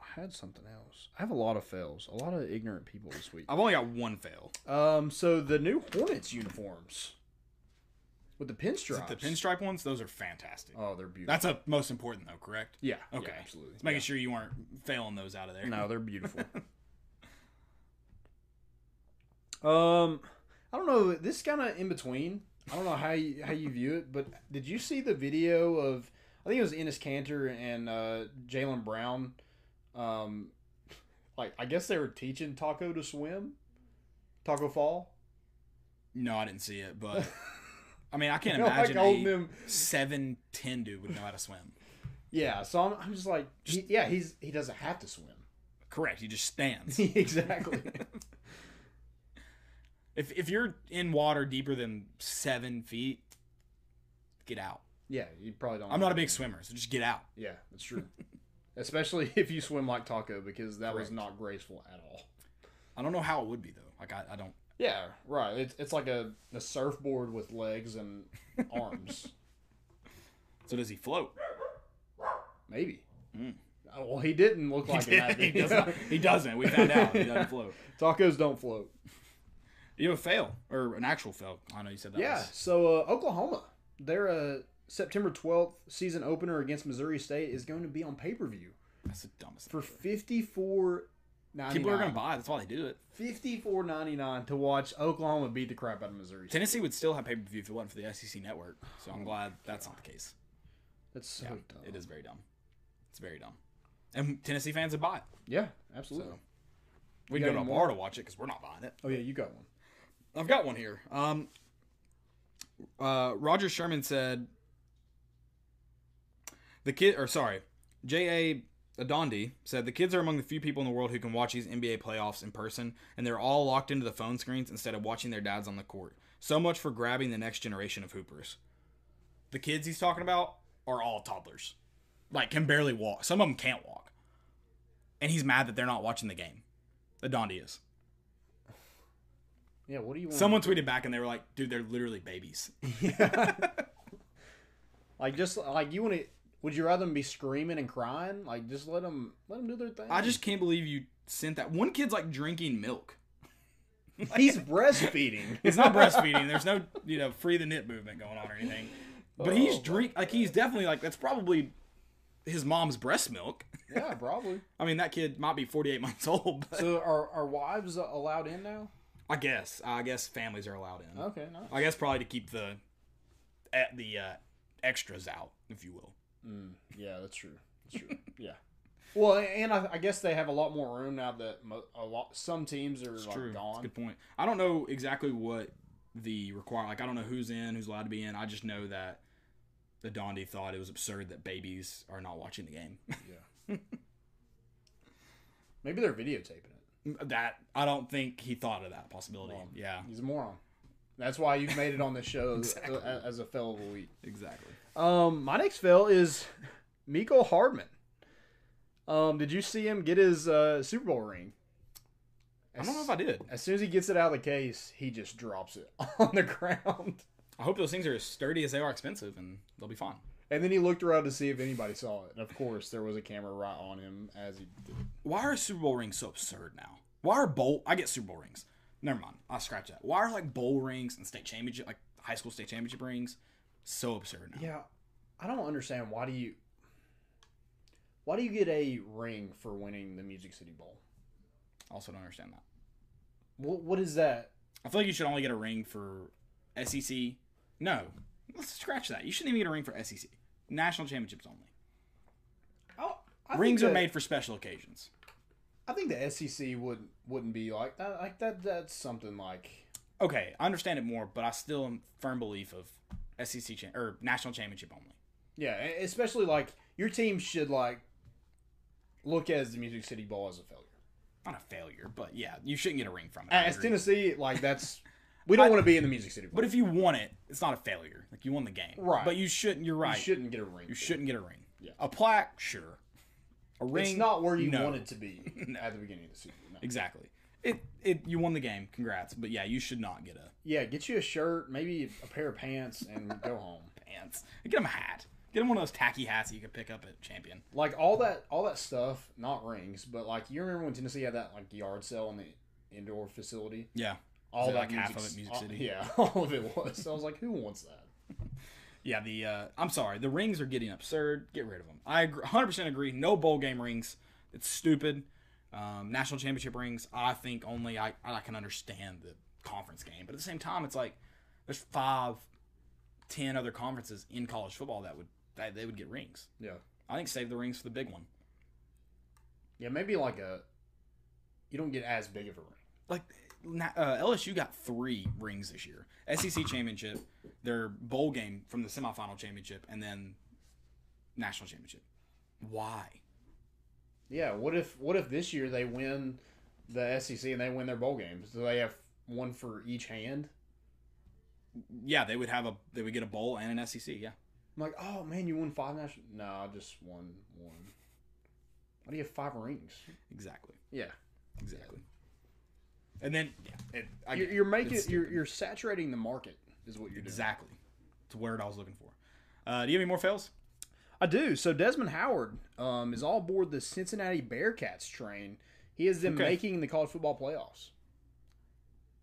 I had something else. I have a lot of fails. A lot of ignorant people this week. I've only got one fail. Um, so the new Hornets uniforms with the Is pinstripes. it the pinstripe ones? Those are fantastic. Oh, they're beautiful. That's a most important though, correct? yeah. yeah, Okay. absolutely. Just making Yeah. sure you weren't failing those out of <laughs> there. No, they're beautiful. um, I don't know. This kind of in between. I don't know how you how you view it, but did you see the video of? I think it was Ennis Cantor and uh, Jalen Brown. Um, like I guess they were teaching Taco to swim. Taco fall. No, I didn't see it, <laughs> but I mean, I can't You know, imagine like old a mem- seven ten dude would know how to swim. Yeah, so I'm, I'm just like, he- yeah, he's he doesn't have to swim. <laughs> Correct. He just stands. <laughs> exactly. if if you're in water deeper than seven feet, get out. yeah, you probably don't. I'm not a big swimmer, so just get out. Yeah, that's true. <laughs> Especially <laughs> if you swim like Taco, because that was Correct. not graceful at all. I don't know how it would be though. Like I, I don't. Yeah, right. It's, it's like a, a surfboard with legs <laughs> and arms. So does he <laughs> float? Maybe. Oh, well, he didn't <laughs> look like it. he, does not, he doesn't. We found out he doesn't float. <laughs> Tacos don't float. You have a fail or an actual fail. I know you said that. Yeah. was- So uh, Oklahoma, their uh, September twelfth season opener against Missouri State is going to be on pay per view that's the dumbest. for thing. fifty four ninety people are gonna nine. buy. it. That's why they do it. Fifty four ninety nine to watch Oklahoma beat the crap out of Missouri. State. Tennessee would still have pay per view if it wasn't for the SEC network. So I'm glad that's not the case. That's so dumb. It is very dumb. It's very dumb. And Tennessee fans would buy it. Yeah, absolutely. So. We can got go to a any bar more? to watch it because we're not buying it. Oh yeah, you got one. I've got one here. Um, uh, Roger Sherman said the kid, or sorry, J.A. Adondi said the kids are among the few people in the world who can watch these NBA playoffs in person, and they're all locked into the phone screens instead of watching their dads on the court. So much for grabbing the next generation of hoopers. The kids he's talking about are all toddlers, like can barely walk. Some of them can't walk, and he's mad that they're not watching the game. Adondi is. Yeah, what do you want? Someone tweeted back and they were like, dude, they're literally babies. like just like you want to. Would you rather them be screaming and crying? Like just let them let them do their thing. I just can't believe you sent that. One kid's like drinking milk. <laughs> he's <laughs> breastfeeding. It's not breastfeeding. There's no, you know, Oh, free the nip movement going on or anything. But he's drink like he's definitely like that's probably his mom's breast milk. Yeah, probably. I mean, that kid might be 48 <laughs> months old, but So are are wives allowed in now? I guess I guess families are allowed in. Okay, nice. I guess probably to keep the at the uh, extras out, if you will. Yeah, that's true. That's <laughs> true. yeah. Well, and I, I guess they have a lot more room now that mo- a lot some teams are like That's a gone. good point. I don't know exactly what the require. Like, I don't know who's in, who's allowed to be in. I just know that the Dondi thought it was absurd that babies are not watching the game. <laughs> Maybe they're videotaping it. that I don't think he thought of that possibility. yeah, He's a moron. That's why you've made it on the <laughs> show as, as a fellow of the week. exactly. Um, my next fail is Miko Hardman. Um, did you see him get his uh, Super Bowl ring? I don't know if I did. As soon as he gets it out of the case, he just drops it <laughs> on the ground. I hope those things are as sturdy as they are expensive, and they'll be fine. And then he looked around to see if anybody saw it. And of course, there was a camera right on him as he did. Why are Super Bowl rings so absurd now? Why are bowl? I get Super Bowl rings. Never mind. I'll scratch that. Why are like bowl rings and state championship, like high school state championship rings, so absurd now? Yeah, I don't understand why do you why do you get a ring for winning the Music City Bowl? Also, don't understand that. What what is that? I feel like you should only get a ring for SEC. No, let's scratch that. You shouldn't even get a ring for SEC. National championships only. I, Oh, I think Rings are that- made for special occasions. I think the SEC would wouldn't be like that. Like that that's something like Okay, I understand it more, but I still am firm belief of SEC cha- or national championship only. yeah, e- especially like your team should like look as the Music City Bowl as a failure. Not a failure, but yeah, you shouldn't get a ring from it. I As agree. Tennessee, like that's we don't want to be in the Music City Bowl. But if you won it, it's not a failure. Like you won the game, Right. But you shouldn't. You're right. you shouldn't get a ring. You for it. shouldn't get a ring. A plaque, sure. A ring. It's not where you <laughs> no. wanted to be at the beginning of the season. No. Exactly. It. It. You won the game. Congrats. But yeah, you should not get a Yeah, get you a shirt, maybe a pair of pants, and go home. pants. Get him a hat. Get him one of those tacky hats that you can pick up at Champion. Like all that, all that stuff, not rings, but like you remember when Tennessee had that like yard sale in the indoor facility. Yeah. All Is it that like half music- of it Music all- City? yeah, <laughs> all of it was. I was like, who wants that? Yeah. The. Uh, I'm sorry. The rings are getting absurd. Get rid of them. I agree, 100% agree. No bowl game rings. It's stupid. Um, national championship rings. I think only I. I can understand the conference game, but at the same time, it's like there's five, ten other conferences in college football that would that they would get rings. Yeah, I think save the rings for the big one. yeah, maybe like a. You don't get as big of a ring. like na- uh, LSU got three rings this year: SEC championship, their bowl game from the semifinal championship, and then national championship. Why? Yeah, what if what if this year they win the SEC and they win their bowl games? Do they have one for each hand? Yeah, they would have a they would get a bowl and an SEC. Yeah, I'm like, oh man, you won five national. No, I just won one. Why do you have five rings? exactly, Yeah, exactly. And then yeah, it, I you're, get- you're making it's you're, stupid. you're saturating the market is what you're doing. exactly. It's a word I was looking for. Uh, do you have any more fails? I do. So Desmond Howard um, is all aboard the Cincinnati Bearcats train. He is them Okay. making the college football playoffs.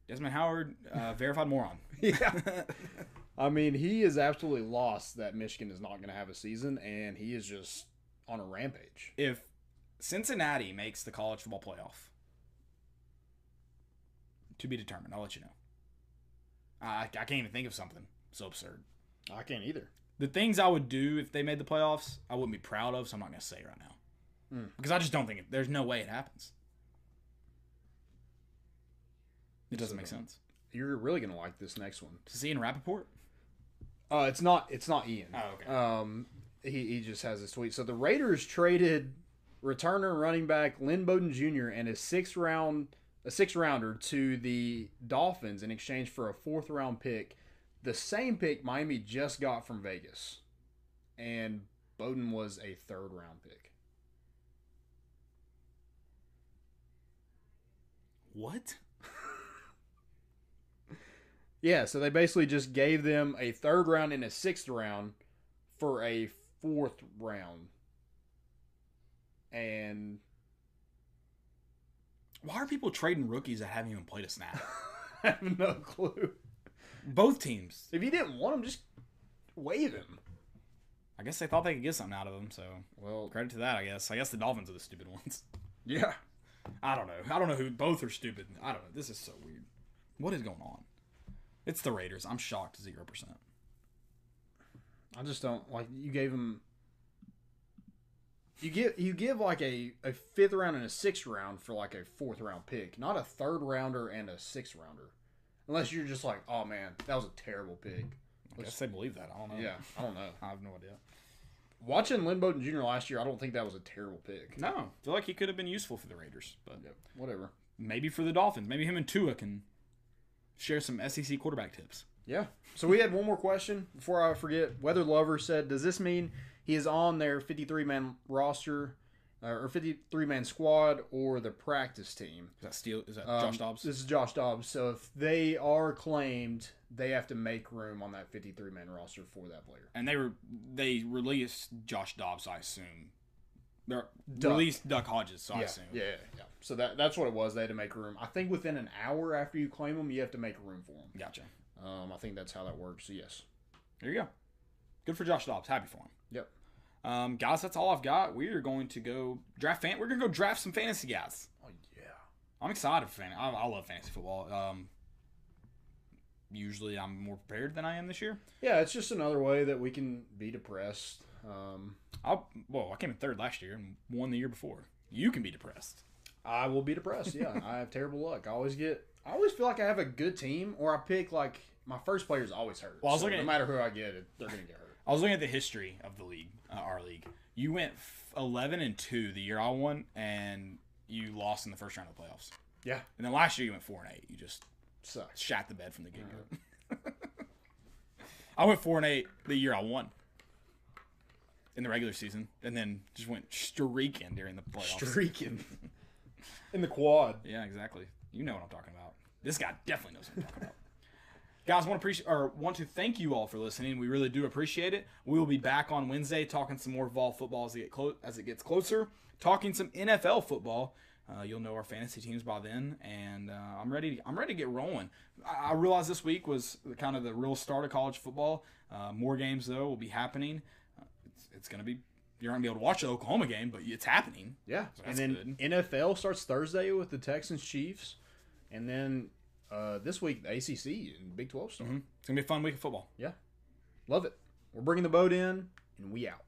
Desmond Howard, uh, verified moron. <laughs> Yeah. I mean, he is absolutely lost that Michigan is not going to have a season, and he is just on a rampage. if Cincinnati makes the college football playoff, to be determined. I'll let you know. I, I can't even think of something so absurd. I can't either. The things I would do if they made the playoffs, I wouldn't be proud of, so I'm not going to say right now. Because I just don't think it, there's no way it happens. It doesn't make sense. You're really going to like this next one. Is he in Rappaport? Uh, it's not. It's not Ian. Oh, okay. Um, he, he just has this tweet. So the Raiders traded returner running back Lynn Bowden Jr. and a six round a six rounder to the Dolphins in exchange for a fourth round pick, the same pick Miami just got from Vegas, and Bowden was a third round pick. What? Yeah, so they basically just gave them a third round and a sixth round for a fourth round, and Why are people trading rookies that haven't even played a snap? <laughs> <laughs> I have no clue. Both teams. If you didn't want him, just waive him. I guess they thought they could get something out of him. So Well, credit to that, I guess. I guess the Dolphins are the stupid ones. <laughs> yeah. I don't know. I don't know who. Both are stupid. I don't know. This is so weird. What is going on? It's the Raiders. I'm shocked. Zero percent. I just don't like you gave him. You give you give like a, a fifth round and a sixth round for like a fourth round pick, not a third rounder and a sixth rounder, unless you're just like, oh man, that was a terrible pick. I guess they believe that. I don't know. Yeah, I don't know. I have no idea. Watching Lynn Bowden Jr. last year, I don't think that was a terrible pick. No, I feel like he could have been useful for the Raiders, but Yep, whatever. maybe for the Dolphins. Maybe him and Tua can share some SEC quarterback tips. Yeah. So we had one more question before I forget. Weather Lover said, "Does this mean he is on their 53 man roster, uh, or 53 man squad, or the practice team?" Is that Steele? Is that Um, Josh Dobbs? This is Josh Dobbs. So if they are claimed, they have to make room on that 53 man roster for that player. and they were they released Josh Dobbs, I assume. They Duck. released Duck Hodges, so I Yeah, assume. yeah, yeah, yeah. So that that's what it was. They had to make room. I think within an hour after you claim them, you have to make room for them. Gotcha. Um, I think that's how that works. So yes. There you go. Good for Josh Dobbs. Happy for him. Yep. Um, guys, that's all I've got. We are going to go draft fan. We're gonna go draft some fantasy guys. Oh yeah. I'm excited for fan. I, I love fantasy football. Um, usually I'm more prepared than I am this year. Yeah, it's just another way that we can be depressed. Um, I well, I came in third last year and won the year before. You can be depressed. I will be depressed. Yeah, I have terrible luck. I always get. I always feel like I have a good team, or I pick like my first player's always hurt. Well, I was So looking no at- matter who I get, it- they're gonna get <laughs> hurt. I was looking at the history of the league, uh, our league. You went f- 11 and 2 the year I won, and you lost in the first round of the playoffs. Yeah, And then last year you went 4 and 8. You just sucks. shat the bed from the get go. <laughs> I went 4 and 8 the year I won in the regular season, and then just went streaking during the playoffs. Streaking in the quad. Yeah, exactly. You know what I'm talking about. This guy definitely knows what I'm talking about. <laughs> Guys, want to appreciate or want to thank you all for listening. We really do appreciate it. We will be back on Wednesday talking some more Vol football as it get clo- as it gets closer, talking some NFL football. Uh, you'll know our fantasy teams by then, and uh, I'm ready. I'm ready to get rolling. I, I realize this week was the, kind of the real start of college football. Uh, more games though will be happening. Uh, it's it's gonna be you're not gonna be able to watch the Oklahoma game, but it's happening. Yeah, that's and then NFL starts Thursday with the Texans Chiefs, and then uh, this week the ACC Mm-hmm. and Big Twelve start. It's gonna be a fun week of football. Yeah, love it. We're bringing the boat in, and we out.